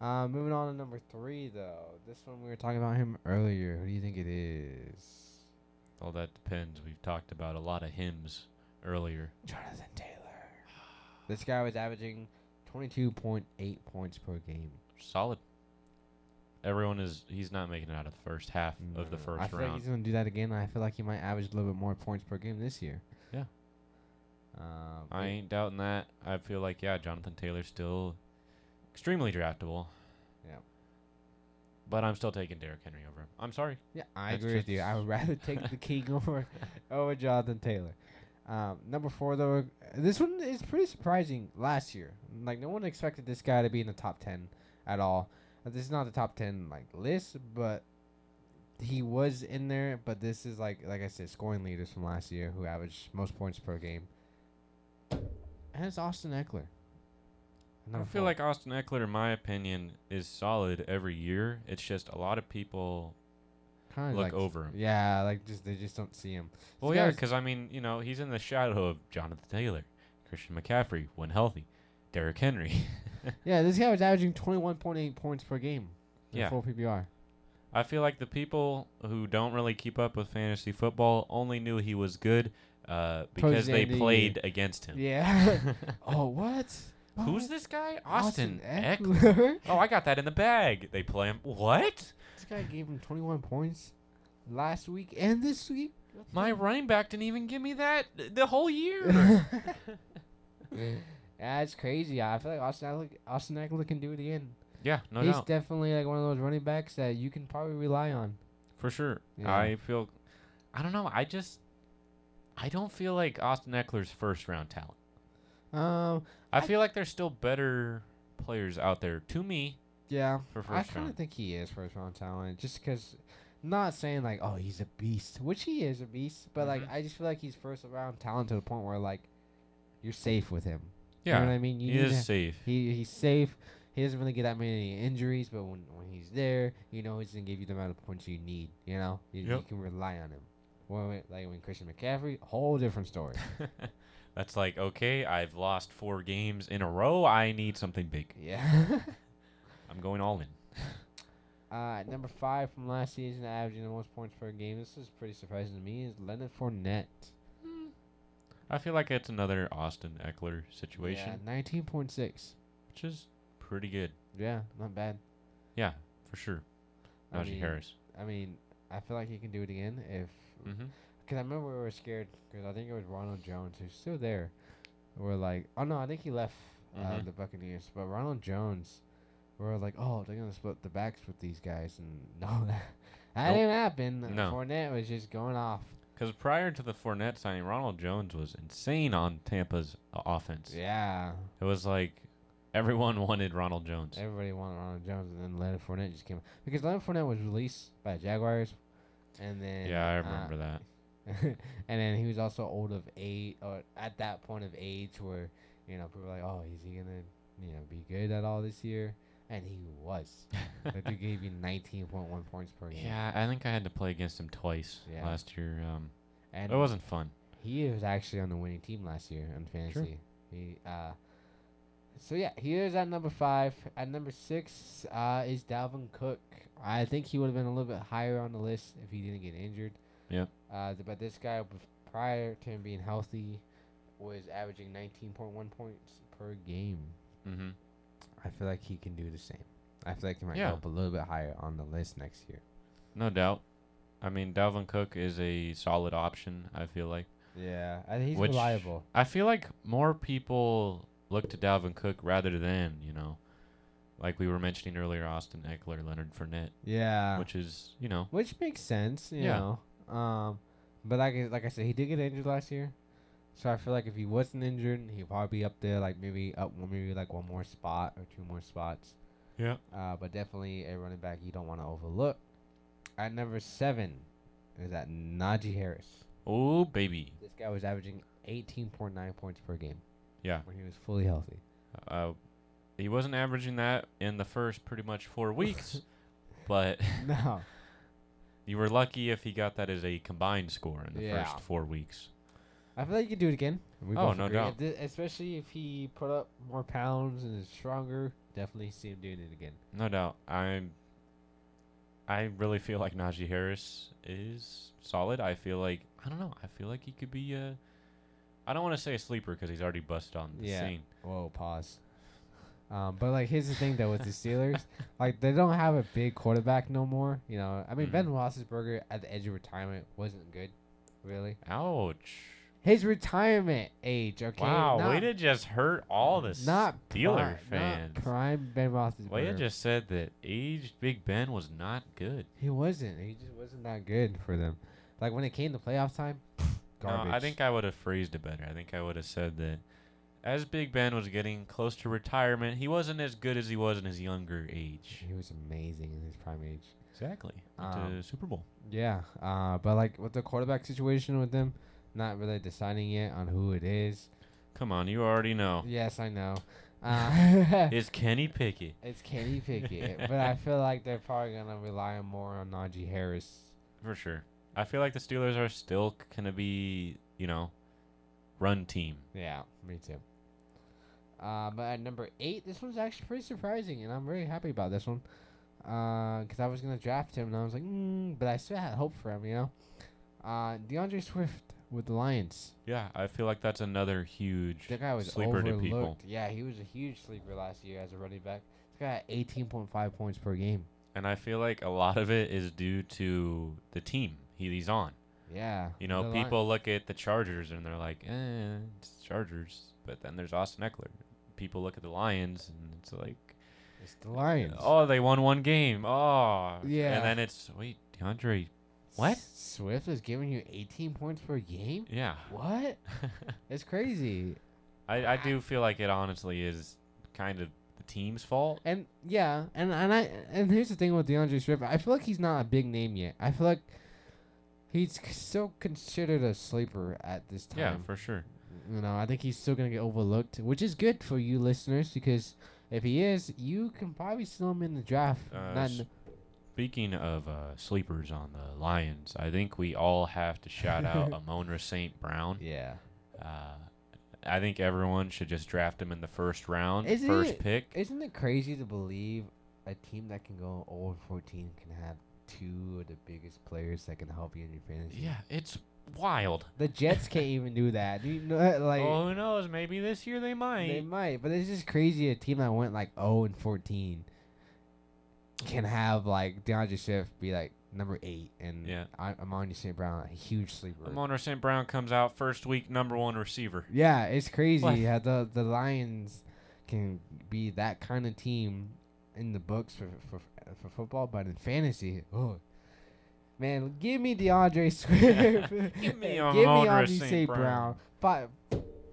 Speaker 2: Uh, moving on to number three though. This one we were talking about him earlier. Who do you think it is?
Speaker 1: Well, that depends. We've talked about a lot of hymns earlier.
Speaker 2: Jonathan Taylor. This guy was averaging twenty-two point eight points per game.
Speaker 1: Solid. Everyone is. He's not making it out of the first half of the
Speaker 2: Mm,
Speaker 1: first
Speaker 2: I feel like
Speaker 1: round.
Speaker 2: he's gonna do that again. I feel like he might average a little bit more points per game this year.
Speaker 1: Yeah.
Speaker 2: Um,
Speaker 1: I ain't doubting that. I feel like yeah, Jonathan Taylor's still extremely draftable.
Speaker 2: Yeah.
Speaker 1: But I'm still taking Derrick Henry over him. I'm sorry.
Speaker 2: Yeah, I
Speaker 1: That's
Speaker 2: agree with you. I
Speaker 1: just-
Speaker 2: would rather take the king over over Jonathan Taylor. Um, number four though, this one is pretty surprising. Last year, like no one expected this guy to be in the top ten at all. Uh, This is not the top ten like list, but he was in there. But this is like like I said, scoring leaders from last year who averaged most points per game. And it's Austin Eckler.
Speaker 1: I
Speaker 2: Number
Speaker 1: feel
Speaker 2: four.
Speaker 1: like Austin Eckler, in my opinion, is solid every year. It's just a lot of people.
Speaker 2: Kinda
Speaker 1: look
Speaker 2: like-
Speaker 1: over him.
Speaker 2: Yeah, like just they just don't see him. This
Speaker 1: Well, yeah,
Speaker 2: guy's-
Speaker 1: because I mean, you know, he's in the shadow of Jonathan Taylor, Christian McCaffrey when healthy, Derrick Henry.
Speaker 2: Yeah, this guy was averaging 21.8 points per game. In
Speaker 1: Yeah.
Speaker 2: Full PPR.
Speaker 1: I feel like the people who don't really keep up with fantasy football only knew he was good uh, because
Speaker 2: the
Speaker 1: they
Speaker 2: end of the
Speaker 1: played against him.
Speaker 2: E. Yeah. oh, what?
Speaker 1: Who's
Speaker 2: What?
Speaker 1: this guy? Austin, Eckler.
Speaker 2: Eckler?
Speaker 1: Oh, I got that in the bag. They play him. What?
Speaker 2: this guy gave him 21 points last week and this week. What the
Speaker 1: My running back didn't even give me that th- the whole year.
Speaker 2: That's crazy. I feel like Austin Eckler, Austin Eckler can do it again.
Speaker 1: yeah, no
Speaker 2: He's
Speaker 1: doubt.
Speaker 2: definitely like one of those running backs that you can probably rely on.
Speaker 1: For sure.
Speaker 2: Yeah.
Speaker 1: I feel. I don't know. I just. I don't feel like Austin Eckler's first round talent.
Speaker 2: Um,
Speaker 1: I
Speaker 2: I-
Speaker 1: feel like there's still better players out there to me
Speaker 2: yeah,
Speaker 1: for
Speaker 2: I
Speaker 1: first
Speaker 2: kind of
Speaker 1: round.
Speaker 2: think he is first round talent, just because. Not saying like, oh, he's a beast, which he is a beast, but
Speaker 1: Mhm.
Speaker 2: like, I just feel like he's first round talent to the point where like, you're safe with him.
Speaker 1: Yeah,
Speaker 2: you know what I mean. You
Speaker 1: he
Speaker 2: need
Speaker 1: is
Speaker 2: to-
Speaker 1: safe.
Speaker 2: He he's safe. He doesn't really get that many injuries, but when, when he's there, you know he's gonna give you the amount of points you need. You know, you, you
Speaker 1: Yep.
Speaker 2: can rely on him. When, when- like when Christian McCaffrey, whole different story.
Speaker 1: That's like okay, I've lost four games in a row. I need something big.
Speaker 2: yeah.
Speaker 1: I'm going all in.
Speaker 2: uh, at number five from last season, averaging the most points per game. This is pretty surprising to me. Is Leonard Fournette? Hmm.
Speaker 1: I feel like it's another Austin Eckler situation,
Speaker 2: Yeah, nineteen point six.
Speaker 1: which is pretty good.
Speaker 2: Yeah, not bad.
Speaker 1: Yeah, for sure.
Speaker 2: I
Speaker 1: Najee
Speaker 2: mean,
Speaker 1: Harris.
Speaker 2: I mean, I feel like he can do it again if mm-hmm.
Speaker 1: hmm
Speaker 2: Because I remember we were scared. Because I think it was Ronald Jones who's still there. We're like, oh no, I think he left uh,
Speaker 1: Mhm.
Speaker 2: the Buccaneers. But Ronald Jones, we're like, oh, they're gonna split the backs with these guys, and no, that, that
Speaker 1: Nope.
Speaker 2: didn't happen.
Speaker 1: No.
Speaker 2: Fournette was just going off.
Speaker 1: Because prior to the Fournette signing, Ronald Jones was insane on Tampa's uh, offense.
Speaker 2: Yeah,
Speaker 1: It was like everyone wanted Ronald Jones.
Speaker 2: everybody wanted Ronald Jones, and then Leonard Fournette just came because Leonard Fournette was released by Jaguars, and uh, then
Speaker 1: yeah, I remember that.
Speaker 2: and then he was also old of age, or at that point of age where you know people were like, "Oh, is he gonna, you know, be good at all this year?" And he was. the dude gave you 19.1 points per game.
Speaker 1: Yeah, I think I had to play against him twice
Speaker 2: Yeah.
Speaker 1: last year. Um,
Speaker 2: and
Speaker 1: it wasn't fun.
Speaker 2: he was actually on the winning team last year in fantasy. He, uh, so yeah, he is at number five. At number six uh, is Dalvin Cook. I think he would have been a little bit higher on the list if he didn't get injured.
Speaker 1: Yep.
Speaker 2: Uh, th- but this guy, bef- prior to him being healthy, was averaging 19.1 points per game.
Speaker 1: Mm-hmm.
Speaker 2: I feel like he can do the same. I feel like he might
Speaker 1: Yeah.
Speaker 2: go up a little bit higher on the list next year.
Speaker 1: No doubt. I mean, Dalvin Cook is a solid option. I feel like.
Speaker 2: Yeah, I think he's
Speaker 1: Which-
Speaker 2: reliable.
Speaker 1: I feel like more people look to Dalvin Cook rather than you know, like we were mentioning earlier, Austin Eckler, Leonard Fournette,
Speaker 2: Yeah.
Speaker 1: which is you know,
Speaker 2: which makes sense, you
Speaker 1: Yeah.
Speaker 2: know. Um, but like I- like I said, he did get injured last year, so I feel like if he wasn't injured, he'd probably be up there, like maybe up one, maybe like one more spot or two more spots.
Speaker 1: yeah,
Speaker 2: Uh, but definitely a running back you don't want to overlook. At number seven is that Najee Harris.
Speaker 1: oh baby,
Speaker 2: This guy was averaging 18.9 points per game
Speaker 1: yeah.
Speaker 2: when he was fully healthy.
Speaker 1: Uh, he wasn't averaging that in the first pretty much four weeks, but
Speaker 2: no,
Speaker 1: you were lucky if he got that as a combined score in the
Speaker 2: Yeah.
Speaker 1: first four weeks.
Speaker 2: I feel like you could do it again. We
Speaker 1: Oh,
Speaker 2: both
Speaker 1: no
Speaker 2: agree.
Speaker 1: doubt.
Speaker 2: If thi- especially if he put up more pounds and is stronger. Definitely see him doing it again.
Speaker 1: No doubt. I'm. I really feel like Najee Harris is solid. I feel like I don't know. I feel like he could be a. I don't want to say a sleeper because he's already busted on the
Speaker 2: Yeah.
Speaker 1: scene.
Speaker 2: Whoa, pause. Um, but like here's the thing though with the Steelers, like they don't have a big quarterback no more. You know, I mean
Speaker 1: Mhm.
Speaker 2: Ben Roethlisberger at the edge of retirement wasn't good, really.
Speaker 1: Ouch!
Speaker 2: His retirement age, okay.
Speaker 1: wow,
Speaker 2: not,
Speaker 1: way to just hurt all the
Speaker 2: not
Speaker 1: Steeler
Speaker 2: pri-
Speaker 1: fans.
Speaker 2: Not prime Ben Roethlisberger.
Speaker 1: way to just said that aged Big Ben was not good.
Speaker 2: he wasn't. He just wasn't that good for them. Like when it came to playoff time, garbage.
Speaker 1: No, I think I would have phrased it better. I think I would have said that as Big Ben was getting close to retirement, he wasn't as good as he was in his younger age.
Speaker 2: he was amazing in his prime age.
Speaker 1: Exactly. Went
Speaker 2: Um,
Speaker 1: to Super Bowl.
Speaker 2: Yeah, uh, but like with the quarterback situation with them, not really deciding yet on who it is.
Speaker 1: Come on, you already know.
Speaker 2: Yes, I know. Uh,
Speaker 1: Is Kenny Pickett
Speaker 2: it's Kenny Pickett, but I feel like they're probably gonna rely more on Najee Harris.
Speaker 1: for sure? I feel like the Steelers are still c- gonna be, you know, run team.
Speaker 2: Yeah, me too. Uh, but at number eight, this one's actually pretty surprising, and I'm very happy about this one. because I was gonna draft him, and I was like, mm, but I still had hope for him, you know. Uh, DeAndre Swift with the Lions.
Speaker 1: Yeah, I feel like that's another huge
Speaker 2: That guy was
Speaker 1: sleeper to
Speaker 2: overlooked.
Speaker 1: people.
Speaker 2: Yeah, he was a huge sleeper last year as a running back. This guy had 18.5 points per game.
Speaker 1: And I feel like a lot of it is due to the team he, he's on.
Speaker 2: Yeah.
Speaker 1: You know,
Speaker 2: the Lion-
Speaker 1: people look at the Chargers and they're like, eh, it's Chargers. But then there's Austin Eckler. People look at the Lions and it's like,
Speaker 2: it's the Lions.
Speaker 1: oh, they won one game. Oh.
Speaker 2: Yeah.
Speaker 1: And then it's, wait, DeAndre. what?
Speaker 2: S- Swift is giving you 18 points per game?
Speaker 1: Yeah.
Speaker 2: What? It's crazy.
Speaker 1: I, I do feel like it honestly is kind of the team's fault.
Speaker 2: And yeah, and and I and here's the thing with DeAndre Swift. I feel like he's not a big name yet. I feel like he's c- still considered a sleeper at this time.
Speaker 1: Yeah, for sure.
Speaker 2: you know, I think he's still gonna get overlooked, which is good for you listeners because if he is, you can probably steal him in the draft.
Speaker 1: Uh,
Speaker 2: Not
Speaker 1: s-
Speaker 2: kn-
Speaker 1: Speaking of uh, sleepers on the Lions, I think we all have to shout out Amonra St. Brown.
Speaker 2: yeah.
Speaker 1: Uh, I think everyone should just draft him in the first round,
Speaker 2: Isn't
Speaker 1: first
Speaker 2: it-
Speaker 1: pick.
Speaker 2: Isn't it crazy to believe a team that can go over 14 can have two of the biggest players that can help you in your fantasy?
Speaker 1: yeah, it's wild.
Speaker 2: The Jets can't even do that. Do you know, like
Speaker 1: oh, who knows? Maybe this year they might.
Speaker 2: they might, but it's just crazy. A team that went like 0 and 14 can have like DeAndre Swift be like number eight, and
Speaker 1: Yeah.
Speaker 2: I, Amon St. Brown a huge sleeper.
Speaker 1: Amonra St. Brown comes out first week, number one receiver.
Speaker 2: Yeah, it's crazy
Speaker 1: Like-
Speaker 2: how the the Lions can be that kind of team in the books for for for football, but in fantasy, oh man, give me DeAndre
Speaker 1: Give
Speaker 2: Swift,
Speaker 1: me
Speaker 2: give me
Speaker 1: Amon-Ra
Speaker 2: Amon-Ra
Speaker 1: St.
Speaker 2: St.
Speaker 1: Brown.
Speaker 2: Brown, five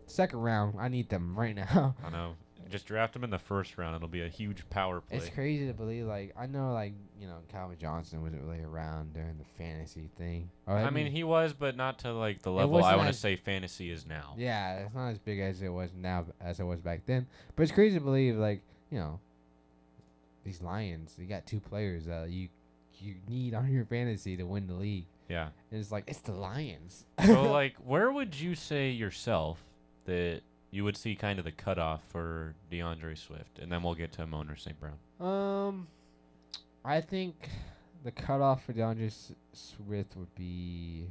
Speaker 2: second round, I need them right now.
Speaker 1: I know. Just draft him in the first round. It'll be a huge power play.
Speaker 2: It's crazy to believe, like I know, like you know, Calvin Johnson wasn't really around during the fantasy thing. Or,
Speaker 1: I mean, he was, but not to like the level I
Speaker 2: wasn't
Speaker 1: want to
Speaker 2: as-
Speaker 1: say fantasy is now.
Speaker 2: Yeah, it's not as big as it was now b- as it was back then. But it's crazy to believe, like you know, these Lions. You got two players that you you need on your fantasy to win the league.
Speaker 1: Yeah.
Speaker 2: And it's like it's the Lions.
Speaker 1: so like where would you say yourself that you would see kind of the cutoff for DeAndre Swift, and then we'll get to Moner St. Brown.
Speaker 2: um, I think the cutoff for DeAndre S- Swift would be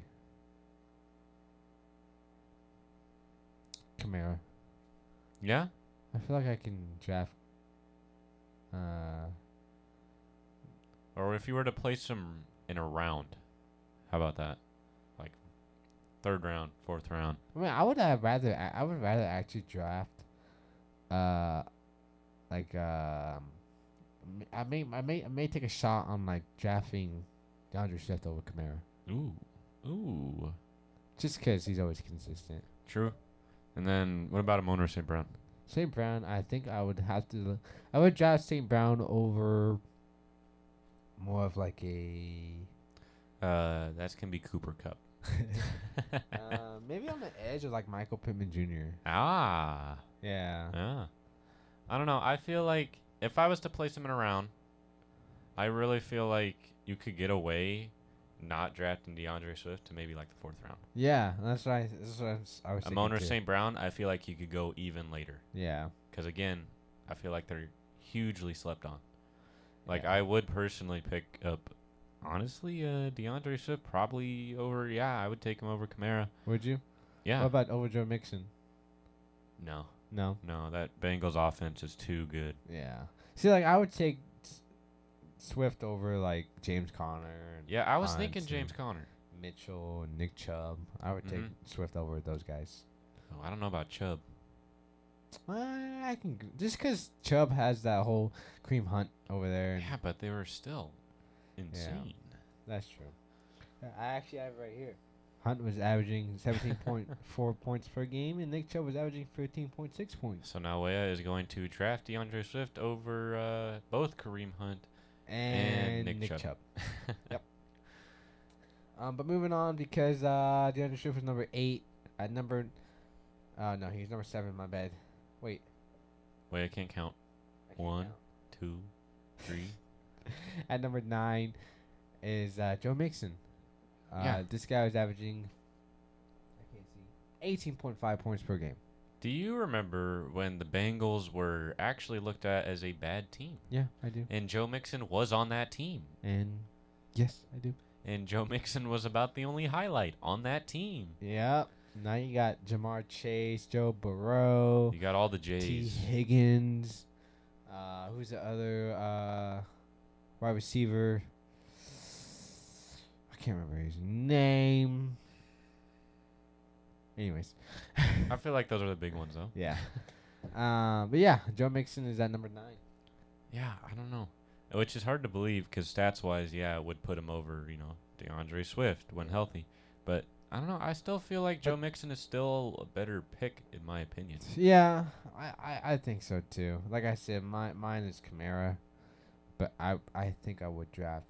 Speaker 2: Kamara.
Speaker 1: Yeah,
Speaker 2: I feel like I can draft. Uh,
Speaker 1: or if you were to place him in a round, how about that? Like third round, fourth round.
Speaker 2: I mean, I would have rather. I I would rather actually draft, uh, like um, m- I may, I may, I may take a shot on like drafting DeAndre Swift over Kamara,
Speaker 1: Ooh, ooh,
Speaker 2: just 'cause he's always consistent.
Speaker 1: true. And then what about Moner St. Brown?
Speaker 2: St. Brown, I think I would have to. l- I would draft St. Brown over more of like a.
Speaker 1: Uh, that's can be Cooper Cup.
Speaker 2: uh, maybe on the edge of like Michael Pittman Jr.
Speaker 1: ah,
Speaker 2: Yeah.
Speaker 1: Yeah. I don't know. I feel like if I was to place him in a round, I really feel like you could get away not drafting DeAndre Swift to maybe like the fourth round.
Speaker 2: Yeah, that's right. That's what I was, I was thinking.
Speaker 1: Amon or
Speaker 2: too.
Speaker 1: St. Brown, I feel like you could go even later.
Speaker 2: Yeah.
Speaker 1: Because again, I feel like they're hugely slept on. Like,
Speaker 2: Yeah.
Speaker 1: I would personally pick up, honestly, uh, DeAndre Swift probably over, yeah, I would take him over Kamara.
Speaker 2: Would you?
Speaker 1: Yeah.
Speaker 2: What about over Joe Mixon?
Speaker 1: no,
Speaker 2: No.
Speaker 1: no, that Bengals offense is too good.
Speaker 2: Yeah. See, like I would take S- Swift over like James Conner and
Speaker 1: Yeah, I was
Speaker 2: Hunt
Speaker 1: thinking
Speaker 2: and
Speaker 1: James Conner.
Speaker 2: Mitchell and Nick Chubb. I would take
Speaker 1: Mhm.
Speaker 2: Swift over those guys.
Speaker 1: Oh, I don't know about Chubb.
Speaker 2: Uh, I can g- just because Chubb has that whole cream hunt over there. and
Speaker 1: Yeah, but they were still insane.
Speaker 2: That's true. Uh, I actually have it right here. Hunt was averaging 17.4 points per game, and Nick Chubb was averaging 13.6 points.
Speaker 1: So now Wea is going to draft DeAndre Swift over uh, both Kareem Hunt.
Speaker 2: And,
Speaker 1: Nick
Speaker 2: Nick,
Speaker 1: Chubb.
Speaker 2: Chubb. Um, but moving on because uh, DeAndre Swift was number eight. At number, uh, no, he's number seven. My bad. Wait.
Speaker 1: Wea can't count.
Speaker 2: I can't
Speaker 1: One. Two, three.
Speaker 2: count. At number nine is uh, Joe Mixon. Uh,
Speaker 1: Yeah.
Speaker 2: This guy was averaging. I can't see. Eighteen point five points per game.
Speaker 1: Do you remember when the Bengals were actually looked at as a bad team?
Speaker 2: Yeah, I do.
Speaker 1: And Joe Mixon was on that team.
Speaker 2: And yes, I do.
Speaker 1: And Joe Mixon was about the only highlight on that team.
Speaker 2: Yep. Now you got Jamar Chase, Joe Burrow,
Speaker 1: You got all the
Speaker 2: T.
Speaker 1: J's.
Speaker 2: Higgins. Uh, who's the other uh, wide receiver? I can't remember his name. Anyways,
Speaker 1: I feel like those are the big ones, though.
Speaker 2: yeah. Uh, but yeah, Joe Mixon is at number nine.
Speaker 1: Yeah, I don't know. Which is hard to believe because stats wise, yeah, it would put him over, you know, DeAndre Swift when healthy. But I don't know. I still feel like Joe Mixon is still a better pick, in my opinion.
Speaker 2: Yeah, I, I, I think so too. Like I said, my mine is Kamara, but I I think I would draft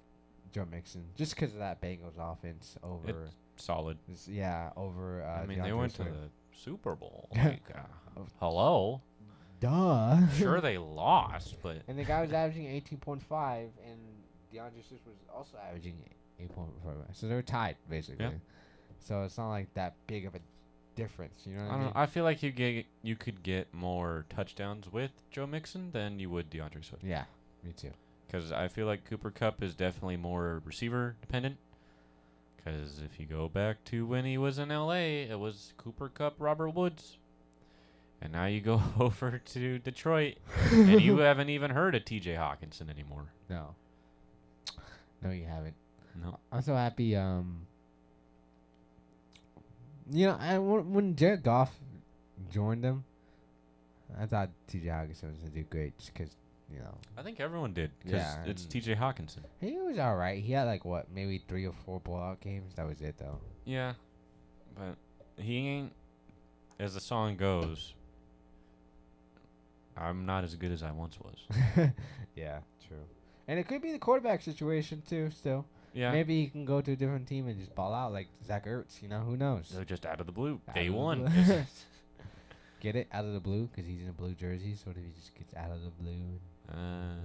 Speaker 2: Joe Mixon just because of that Bengals offense over.
Speaker 1: Solid.
Speaker 2: this- yeah, over. Uh,
Speaker 1: I mean, they
Speaker 2: DeAndre
Speaker 1: went to
Speaker 2: Swift.
Speaker 1: the Super Bowl. Like, uh, hello.
Speaker 2: duh.
Speaker 1: Sure, they lost, but
Speaker 2: and the guy was averaging eighteen point five, and DeAndre Swift was also averaging eight point five. So they were tied basically. So it's not like that big of a difference. You
Speaker 1: I
Speaker 2: know what I,
Speaker 1: don't
Speaker 2: mean?
Speaker 1: know. I feel like you get you could get more touchdowns with Joe Mixon than you would DeAndre Swift.
Speaker 2: yeah, me too.
Speaker 1: because I feel like Cooper Cup is definitely more receiver dependent. Because if you go back to when he was in LA, it was Cooper Cup, Robert Woods, and now you go over to Detroit, and you haven't even heard of T.J. Hawkinson anymore.
Speaker 2: No. No, you haven't.
Speaker 1: No,
Speaker 2: I'm so happy. Um, you know, I when when Jared Goff joined them, I thought T.J. Hawkinson was gonna do great just 'cause, you know
Speaker 1: I think everyone did because
Speaker 2: Yeah,
Speaker 1: it's
Speaker 2: and-
Speaker 1: T.J. Hawkinson.
Speaker 2: he was all right. He had like what maybe three or four blowout games. That was it though.
Speaker 1: Yeah, but he ain't. As the song goes, I'm not as good as I once was.
Speaker 2: yeah, true. And it could be the quarterback situation too. Still,
Speaker 1: Yeah,
Speaker 2: maybe he can go to a different team and just ball out like Zach Ertz. You know, who knows?
Speaker 1: so just out of the blue,
Speaker 2: Out
Speaker 1: day
Speaker 2: of the
Speaker 1: one.
Speaker 2: blue.
Speaker 1: just-
Speaker 2: Get it out of the blue because he's in a blue jersey. So what if he just gets out of the blue? and-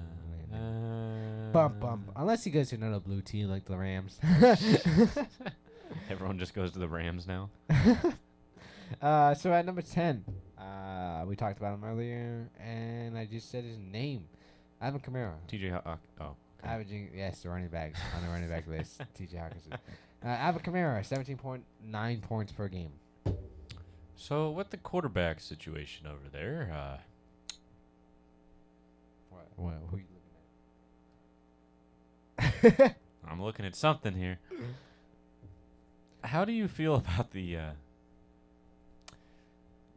Speaker 1: Uh,
Speaker 2: Uh,
Speaker 1: uh,
Speaker 2: Bump, bump. Unless you guys are not a blue team like the Rams.
Speaker 1: Everyone just goes to the Rams now.
Speaker 2: uh, so at number 10, uh, we talked about him earlier, and I just said his name Adam Kamara.
Speaker 1: TJ Hawk. Oh, okay.
Speaker 2: Averaging, yes, the running back on the running back list, TJ Hawkinson. Uh, Adam Kamara, 17.9 points per game.
Speaker 1: so with the quarterback situation over there, uh,
Speaker 2: What? what who you looking at?
Speaker 1: I'm looking at something here. How do you feel about the uh,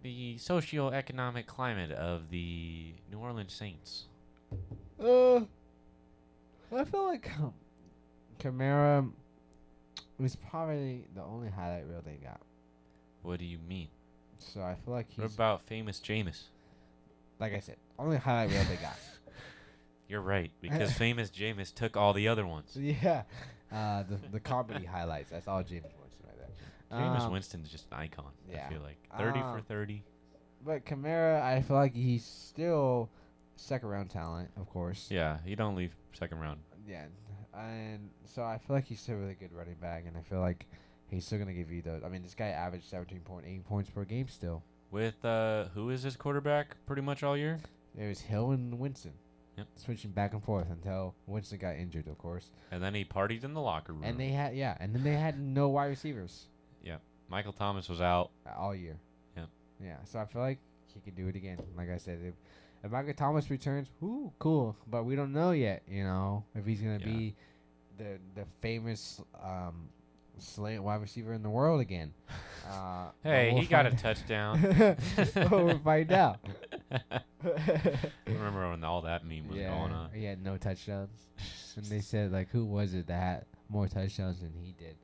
Speaker 1: the socioeconomic climate of the New Orleans Saints?
Speaker 2: Uh, I feel like um, Kamara was probably the only highlight reel they got.
Speaker 1: What do you mean?
Speaker 2: So I feel like
Speaker 1: What
Speaker 2: he's
Speaker 1: about famous Jameis?
Speaker 2: like I said, only highlight reel they got.
Speaker 1: You're right because famous Jameis took all the other ones.
Speaker 2: So yeah, uh, the the comedy highlights. That's all James Winston right there.
Speaker 1: Jameis
Speaker 2: Um,
Speaker 1: Winston's just an icon.
Speaker 2: yeah.
Speaker 1: I feel like thirty for
Speaker 2: Um,
Speaker 1: thirty.
Speaker 2: But Kamara, I feel like he's still second round talent, of course.
Speaker 1: Yeah, he don't leave second round.
Speaker 2: Yeah, and so I feel like he's still a really good running back, and I feel like he's still gonna give you those. I mean, this guy averaged seventeen point eight points per game still.
Speaker 1: With uh, who is his quarterback pretty much all year?
Speaker 2: It was Hill and Winston.
Speaker 1: Yep.
Speaker 2: Switching back and forth until Winston got injured, of course.
Speaker 1: And then he partied in the locker room.
Speaker 2: And they had yeah, and then they had no wide receivers
Speaker 1: Michael Thomas was out.
Speaker 2: uh, all year.
Speaker 1: Yep.
Speaker 2: Yeah. So I feel like he could do it again. Like I said, if, if Michael Thomas returns, whoo, cool. But we don't know yet, you know, if he's gonna
Speaker 1: Yeah.
Speaker 2: be the the famous um slant wide receiver in the world again. Uh, but
Speaker 1: Hey,
Speaker 2: we'll
Speaker 1: he got a
Speaker 2: find-
Speaker 1: touchdown.
Speaker 2: we'll find out.
Speaker 1: Remember when all that meme was going on?
Speaker 2: He had no touchdowns. and they said like who was it that had more touchdowns than he did?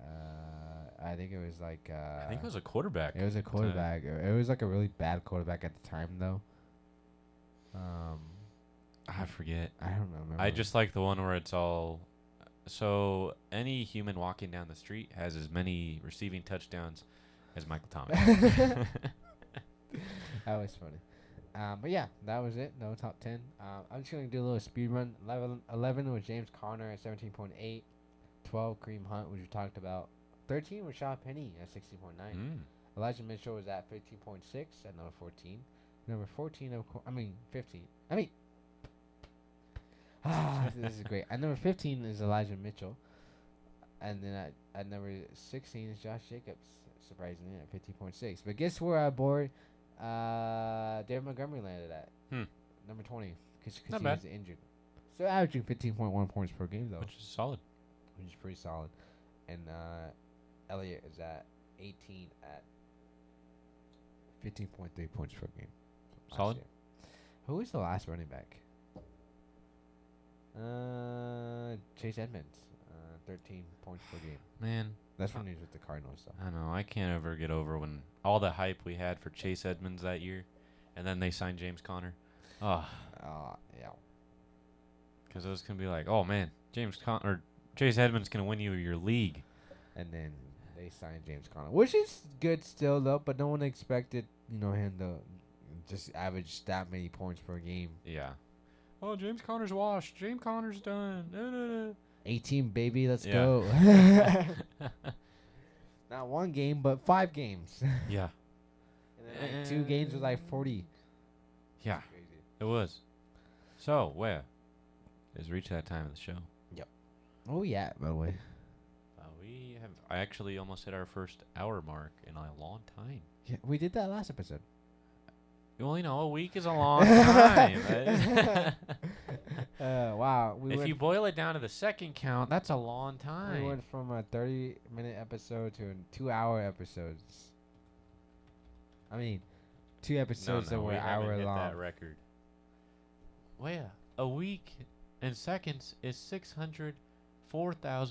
Speaker 2: Uh, I think it was like uh
Speaker 1: I think it was a quarterback.
Speaker 2: it was a quarterback. It it was like a really bad quarterback at the time though. Um
Speaker 1: I forget.
Speaker 2: I don't know. Remember.
Speaker 1: I just like the one where it's all. So any human walking down the street has as many receiving touchdowns as Michael Thomas.
Speaker 2: that was funny. Um, but yeah, that was it. No top ten. Um, I'm just gonna do a little speed run. 11, 11 was James Conner at 17.8. 12 Kareem Hunt, which we talked about. 13 was Shaw Penny at 60.9.
Speaker 1: Mm.
Speaker 2: Elijah Mitchell is at 15.6 at number 14. Number 14, of course, I mean 15. I mean, ah, this is great. At number 15 is Elijah Mitchell, and then at, at number 16 is Josh Jacobs. Surprisingly, at 15.6. But guess where our boy, uh, David Montgomery landed at?
Speaker 1: Hmm.
Speaker 2: Number 20, because
Speaker 1: Not
Speaker 2: he was injured. So averaging 15.1 points per game though
Speaker 1: which is solid.
Speaker 2: which is pretty solid. And uh, Elliott is at 18 at 15.3 points per game. last
Speaker 1: Solid.
Speaker 2: year. Who is the last running back? Uh, Chase Edmonds, uh, 13 points per game.
Speaker 1: Man,
Speaker 2: That's when he was with the Cardinals, though.
Speaker 1: I don't know. I can't ever get over when all the hype we had for Chase Edmonds that year, and then they signed James Conner. Ah,
Speaker 2: Uh, yeah.
Speaker 1: because it was gonna be like, oh man, James Conner, or Chase Edmonds gonna win you your league.
Speaker 2: And then they signed James Conner, which is good still, though. But no one expected, you know, him to just average that many points per game.
Speaker 1: Yeah. Oh, James Conner's washed. James Conner's done. No, no,
Speaker 2: 18, baby, let's
Speaker 1: Yeah.
Speaker 2: go. not one game, but five games. and
Speaker 1: no. Yeah.
Speaker 2: then like two games was like 40.
Speaker 1: Yeah. It was. So where? It's reached that time of the show.
Speaker 2: Oh, yeah, by the way.
Speaker 1: Uh, we have. I actually almost hit our first hour mark in a long time.
Speaker 2: Yeah, we did that last episode.
Speaker 1: Well, you know, a week is a long time. right?
Speaker 2: Uh, wow. We,
Speaker 1: if
Speaker 2: went,
Speaker 1: you boil it down to the second count, that's a long
Speaker 2: we
Speaker 1: time.
Speaker 2: went from a 30 minute episode to a two hour episodes. I mean, two episodes that were
Speaker 1: we haven't
Speaker 2: hour
Speaker 1: hit
Speaker 2: long.
Speaker 1: that record. Well, a week in seconds is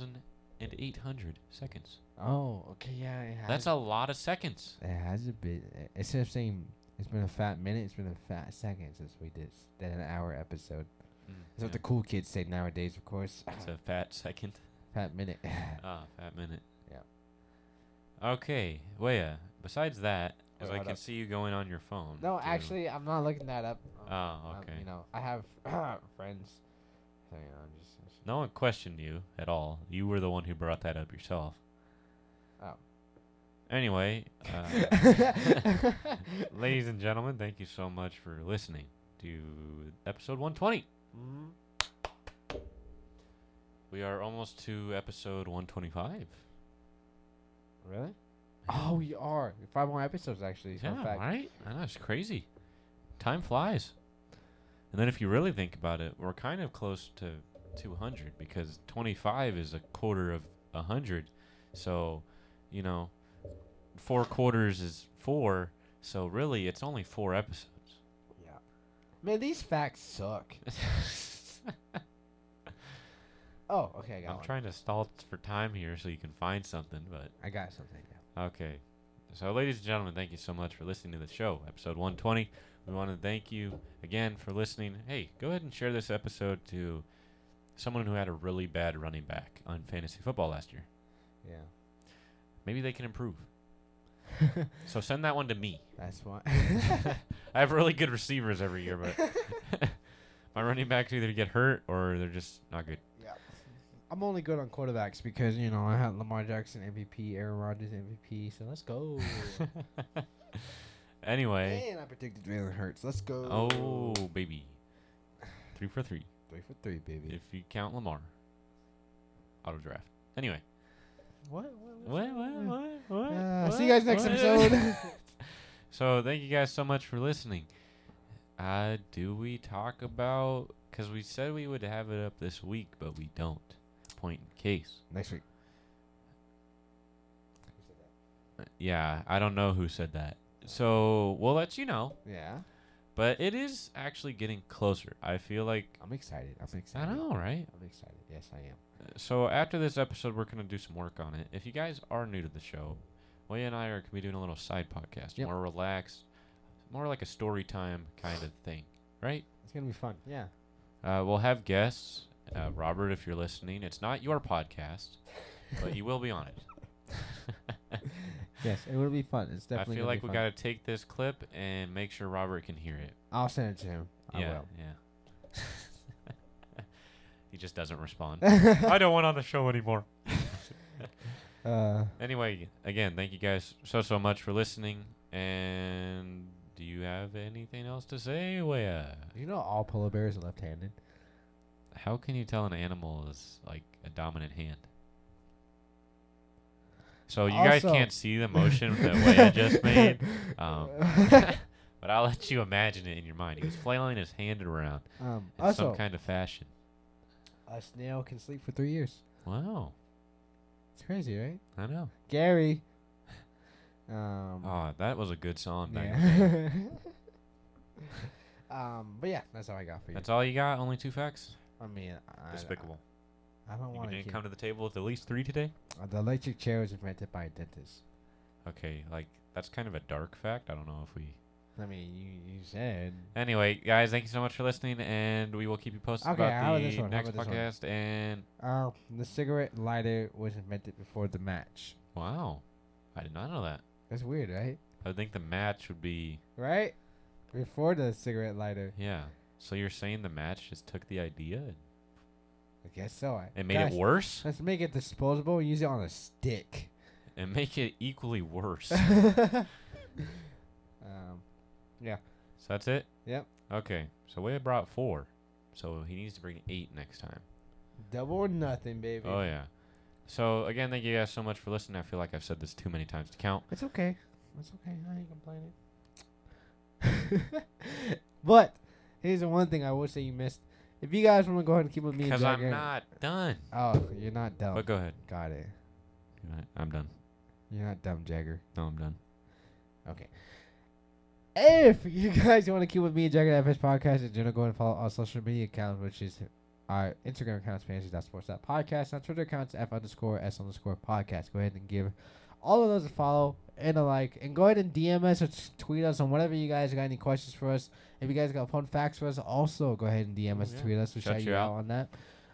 Speaker 1: 604,800 seconds.
Speaker 2: Oh, okay, yeah. It has,
Speaker 1: That's a lot of seconds.
Speaker 2: It has a bit. eh, Instead of saying it's been a fat minute, it's been a fat second since we did s- did an hour episode. That's what the cool kids say nowadays, of course.
Speaker 1: It's a fat second.
Speaker 2: Fat minute.
Speaker 1: Ah, fat minute.
Speaker 2: Yeah.
Speaker 1: Okay, Weya, besides that, as
Speaker 2: Wait,
Speaker 1: I
Speaker 2: hold
Speaker 1: can
Speaker 2: up.
Speaker 1: see you going on your phone.
Speaker 2: no,
Speaker 1: to-
Speaker 2: actually, I'm not looking that up.
Speaker 1: Oh,
Speaker 2: Um, I'm-
Speaker 1: okay.
Speaker 2: you know, I have friends. So, you know, I'm just. I should-
Speaker 1: No one questioned you at all. You were the one who brought that up yourself.
Speaker 2: Oh.
Speaker 1: Anyway, uh, ladies and gentlemen, thank you so much for listening to episode 120.
Speaker 2: Mhm.
Speaker 1: We are almost to episode 125.
Speaker 2: Really? Oh, we are. Five more episodes, actually. fun
Speaker 1: Yeah,
Speaker 2: fact.
Speaker 1: right? I know, it's crazy. Time flies. And then if you really think about it, we're kind of close to 200 because 25 is a quarter of 100. So, you know, four quarters is four. So really, it's only four episodes.
Speaker 2: Yeah. Man, these facts suck. Oh, okay, I got
Speaker 1: I'm
Speaker 2: one.
Speaker 1: trying to stall t- for time here so you can find something, but
Speaker 2: I got something. Yeah.
Speaker 1: Okay. So, ladies and gentlemen, thank you so much for listening to the show, episode 120. We want to thank you again for listening. Hey, go ahead and share this episode to someone who had a really bad running back on fantasy football last year.
Speaker 2: Yeah.
Speaker 1: Maybe they can improve. so, send that one to me.
Speaker 2: That's why.
Speaker 1: I have really good receivers every year, but my running backs either get hurt or they're just not good.
Speaker 2: yeah. I'm only good on quarterbacks because, you know, I had Lamar Jackson MVP, Aaron Rodgers MVP, so let's go.
Speaker 1: anyway,
Speaker 2: And I predicted Jalen Hurts. Let's go.
Speaker 1: oh, baby. Three for three.
Speaker 2: Three for three, baby.
Speaker 1: If you count Lamar, auto draft. Anyway,
Speaker 2: What?
Speaker 1: what, what, what, what,
Speaker 2: Uh, see
Speaker 1: what,
Speaker 2: you guys next
Speaker 1: what?
Speaker 2: episode.
Speaker 1: so thank you guys so much for listening. Uh, do we talk about? Because we said we would have it up this week, but we don't. Point in case.
Speaker 2: next week.
Speaker 1: Uh, Yeah, I don't know who said that. So we'll let you know.
Speaker 2: Yeah.
Speaker 1: But it is actually getting closer. I feel like
Speaker 2: I'm excited. I'm
Speaker 1: I
Speaker 2: excited.
Speaker 1: know, right?
Speaker 2: I'm excited. Yes, I am.
Speaker 1: So after this episode, we're gonna do some work on it. If you guys are new to the show, Way and I are gonna be doing a little side podcast,
Speaker 2: Yep.
Speaker 1: more relaxed, more like a story time kind of thing, right?
Speaker 2: It's going to be fun. Yeah.
Speaker 1: Uh, we'll have guests. Uh, Robert, if you're listening, it's not your podcast, but you will be on it.
Speaker 2: Yes, it will be fun. It's
Speaker 1: I
Speaker 2: definitely.
Speaker 1: feel
Speaker 2: gonna
Speaker 1: like
Speaker 2: be
Speaker 1: we
Speaker 2: fun.
Speaker 1: gotta take this clip and make sure Robert can hear it.
Speaker 2: I'll send it to him. I
Speaker 1: yeah,
Speaker 2: will.
Speaker 1: yeah. he just doesn't respond. I don't want on the show anymore.
Speaker 2: Uh,
Speaker 1: Anyway, again, thank you guys so so much for listening. And do you have anything else to say, Leia?
Speaker 2: you know, all polar bears are left-handed.
Speaker 1: How can you tell an animal is like a dominant hand? So you guys
Speaker 2: Also-
Speaker 1: can't see the motion that Leia just made, um, but I'll let you imagine it in your mind. He was flailing his hand around
Speaker 2: Um,
Speaker 1: in
Speaker 2: also,
Speaker 1: some kind of fashion.
Speaker 2: a snail can sleep for three years.
Speaker 1: Wow,
Speaker 2: It's crazy, right?
Speaker 1: I know.
Speaker 2: Gary. Um,
Speaker 1: Oh, that was a good song. back in the day.
Speaker 2: yeah. um, but yeah, that's all I got for you.
Speaker 1: That's all you got? Only two facts?
Speaker 2: I mean, I,
Speaker 1: Despicable.
Speaker 2: I don't
Speaker 1: You
Speaker 2: want to
Speaker 1: didn't
Speaker 2: keep.
Speaker 1: come to the table with at least three today?
Speaker 2: Uh, the electric chair was invented by a dentist.
Speaker 1: Okay, like that's kind of a dark fact. I don't know if we.
Speaker 2: I mean, you, you said.
Speaker 1: Anyway, guys, thank you so much for listening, and we will keep you posted
Speaker 2: Okay,
Speaker 1: about
Speaker 2: how about
Speaker 1: the
Speaker 2: this one? How
Speaker 1: next
Speaker 2: about this
Speaker 1: podcast. And
Speaker 2: Um, the cigarette lighter was invented before the match.
Speaker 1: wow, I did not know that.
Speaker 2: That's weird, right?
Speaker 1: I would think the match would be
Speaker 2: Right? Before the cigarette lighter.
Speaker 1: yeah. So you're saying the match just took the idea and,
Speaker 2: I guess so. I,
Speaker 1: and made
Speaker 2: Guys,
Speaker 1: it worse
Speaker 2: Let's make it disposable and use it on a stick.
Speaker 1: and make it equally worse. so
Speaker 2: um,
Speaker 1: that's it.
Speaker 2: Yep.
Speaker 1: Okay, so we brought four, so he needs to bring eight next time.
Speaker 2: double or nothing, baby.
Speaker 1: Oh yeah. So again, thank you guys so much for listening. I feel like I've said this too many times to count.
Speaker 2: It's okay. It's okay. I ain't complaining. but here's the one thing I will say you missed. If you guys want to go ahead and keep with me and
Speaker 1: Because I'm
Speaker 2: Jagger-
Speaker 1: not done.
Speaker 2: Oh, you're not dumb.
Speaker 1: But go ahead.
Speaker 2: Got it.
Speaker 1: I'm done.
Speaker 2: You're not dumb, Jagger.
Speaker 1: No, I'm done.
Speaker 2: Okay. If you guys want to keep with me and Jagger FS Podcast, and general, go and follow our social media accounts, which is our Instagram accounts, fantasy.sports.podcast, and our Twitter accounts, F underscore S underscore podcast. Go ahead and give all of those a follow and a like, and go ahead and DM us or t- tweet us on whatever you guys got any questions for us. If you guys got fun facts for us, also go ahead and DM us,
Speaker 1: Yeah.
Speaker 2: tweet us, we
Speaker 1: Shout
Speaker 2: shout
Speaker 1: you
Speaker 2: you
Speaker 1: out.
Speaker 2: out on that.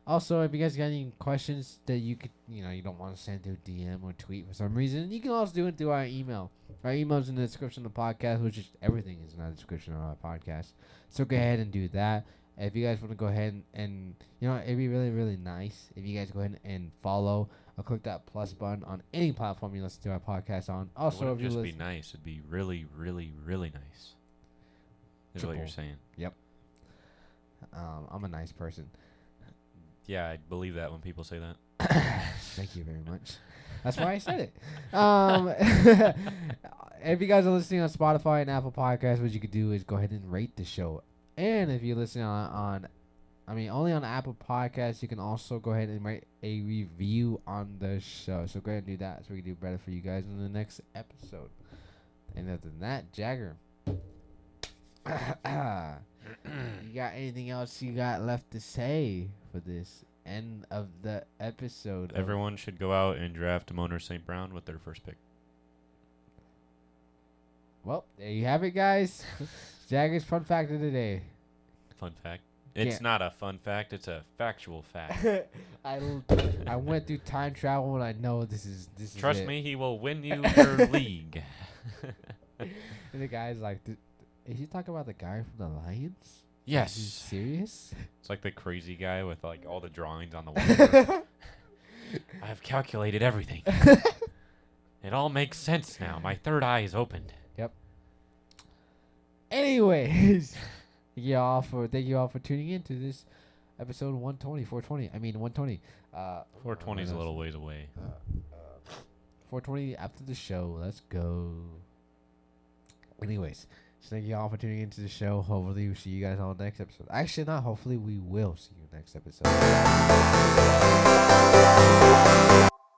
Speaker 2: Also, if you guys got any questions that you could, you know, you don't want to send through DM or tweet for some reason, you can also do it through our email. Our email's in the description of the podcast, which is everything is in the description of our podcast. So go ahead and do that. If you guys want to go ahead and, and you know, it'd be really, really nice if you guys go ahead and follow or click that plus button on any platform you listen to our podcast on.
Speaker 1: Also, it
Speaker 2: Also, if
Speaker 1: wouldn't
Speaker 2: you
Speaker 1: just
Speaker 2: listen,
Speaker 1: be nice. It'd be really, really, really nice. Is what you're
Speaker 2: Triple.
Speaker 1: saying.
Speaker 2: um, I'm a nice person.
Speaker 1: Yeah, I believe that when people say that.
Speaker 2: Thank you very much. That's why I said it. Um, if you guys are listening on Spotify and Apple Podcasts, what you could do is go ahead and rate the show. And if you're listening on, on I mean, only on Apple Podcasts, you can also go ahead and write a review on the show. So go ahead and do that so we can do better for you guys in the next episode. And other than that, Jagger. you got anything else you got left to say for this end of the episode? of-
Speaker 1: Everyone should go out and draft Moner St. Brown with their first pick.
Speaker 2: Well, there you have it, guys. Jagger's fun fact of the day.
Speaker 1: Fun fact. It's
Speaker 2: Yeah.
Speaker 1: not a fun fact. It's a factual fact.
Speaker 2: I, l- I went through time travel and I know this is this is
Speaker 1: Trust
Speaker 2: it.
Speaker 1: me, he will win you your league.
Speaker 2: And the guy's like, "Th- is he talking about the guy from the Lions? Is he
Speaker 1: yes.
Speaker 2: serious?
Speaker 1: It's like the crazy guy with like all the drawings on the wall. I've calculated everything. it all makes sense now. My third eye is opened.
Speaker 2: Anyways, thank you all for thank you all for tuning in to this episode 120, 420. I mean 120. Uh,
Speaker 1: 420 is a little ways away.
Speaker 2: 420 after the show. Let's go. Anyways, so thank you all for tuning into the show. Hopefully, we see you guys all next episode. Actually, not hopefully, we will see you next episode.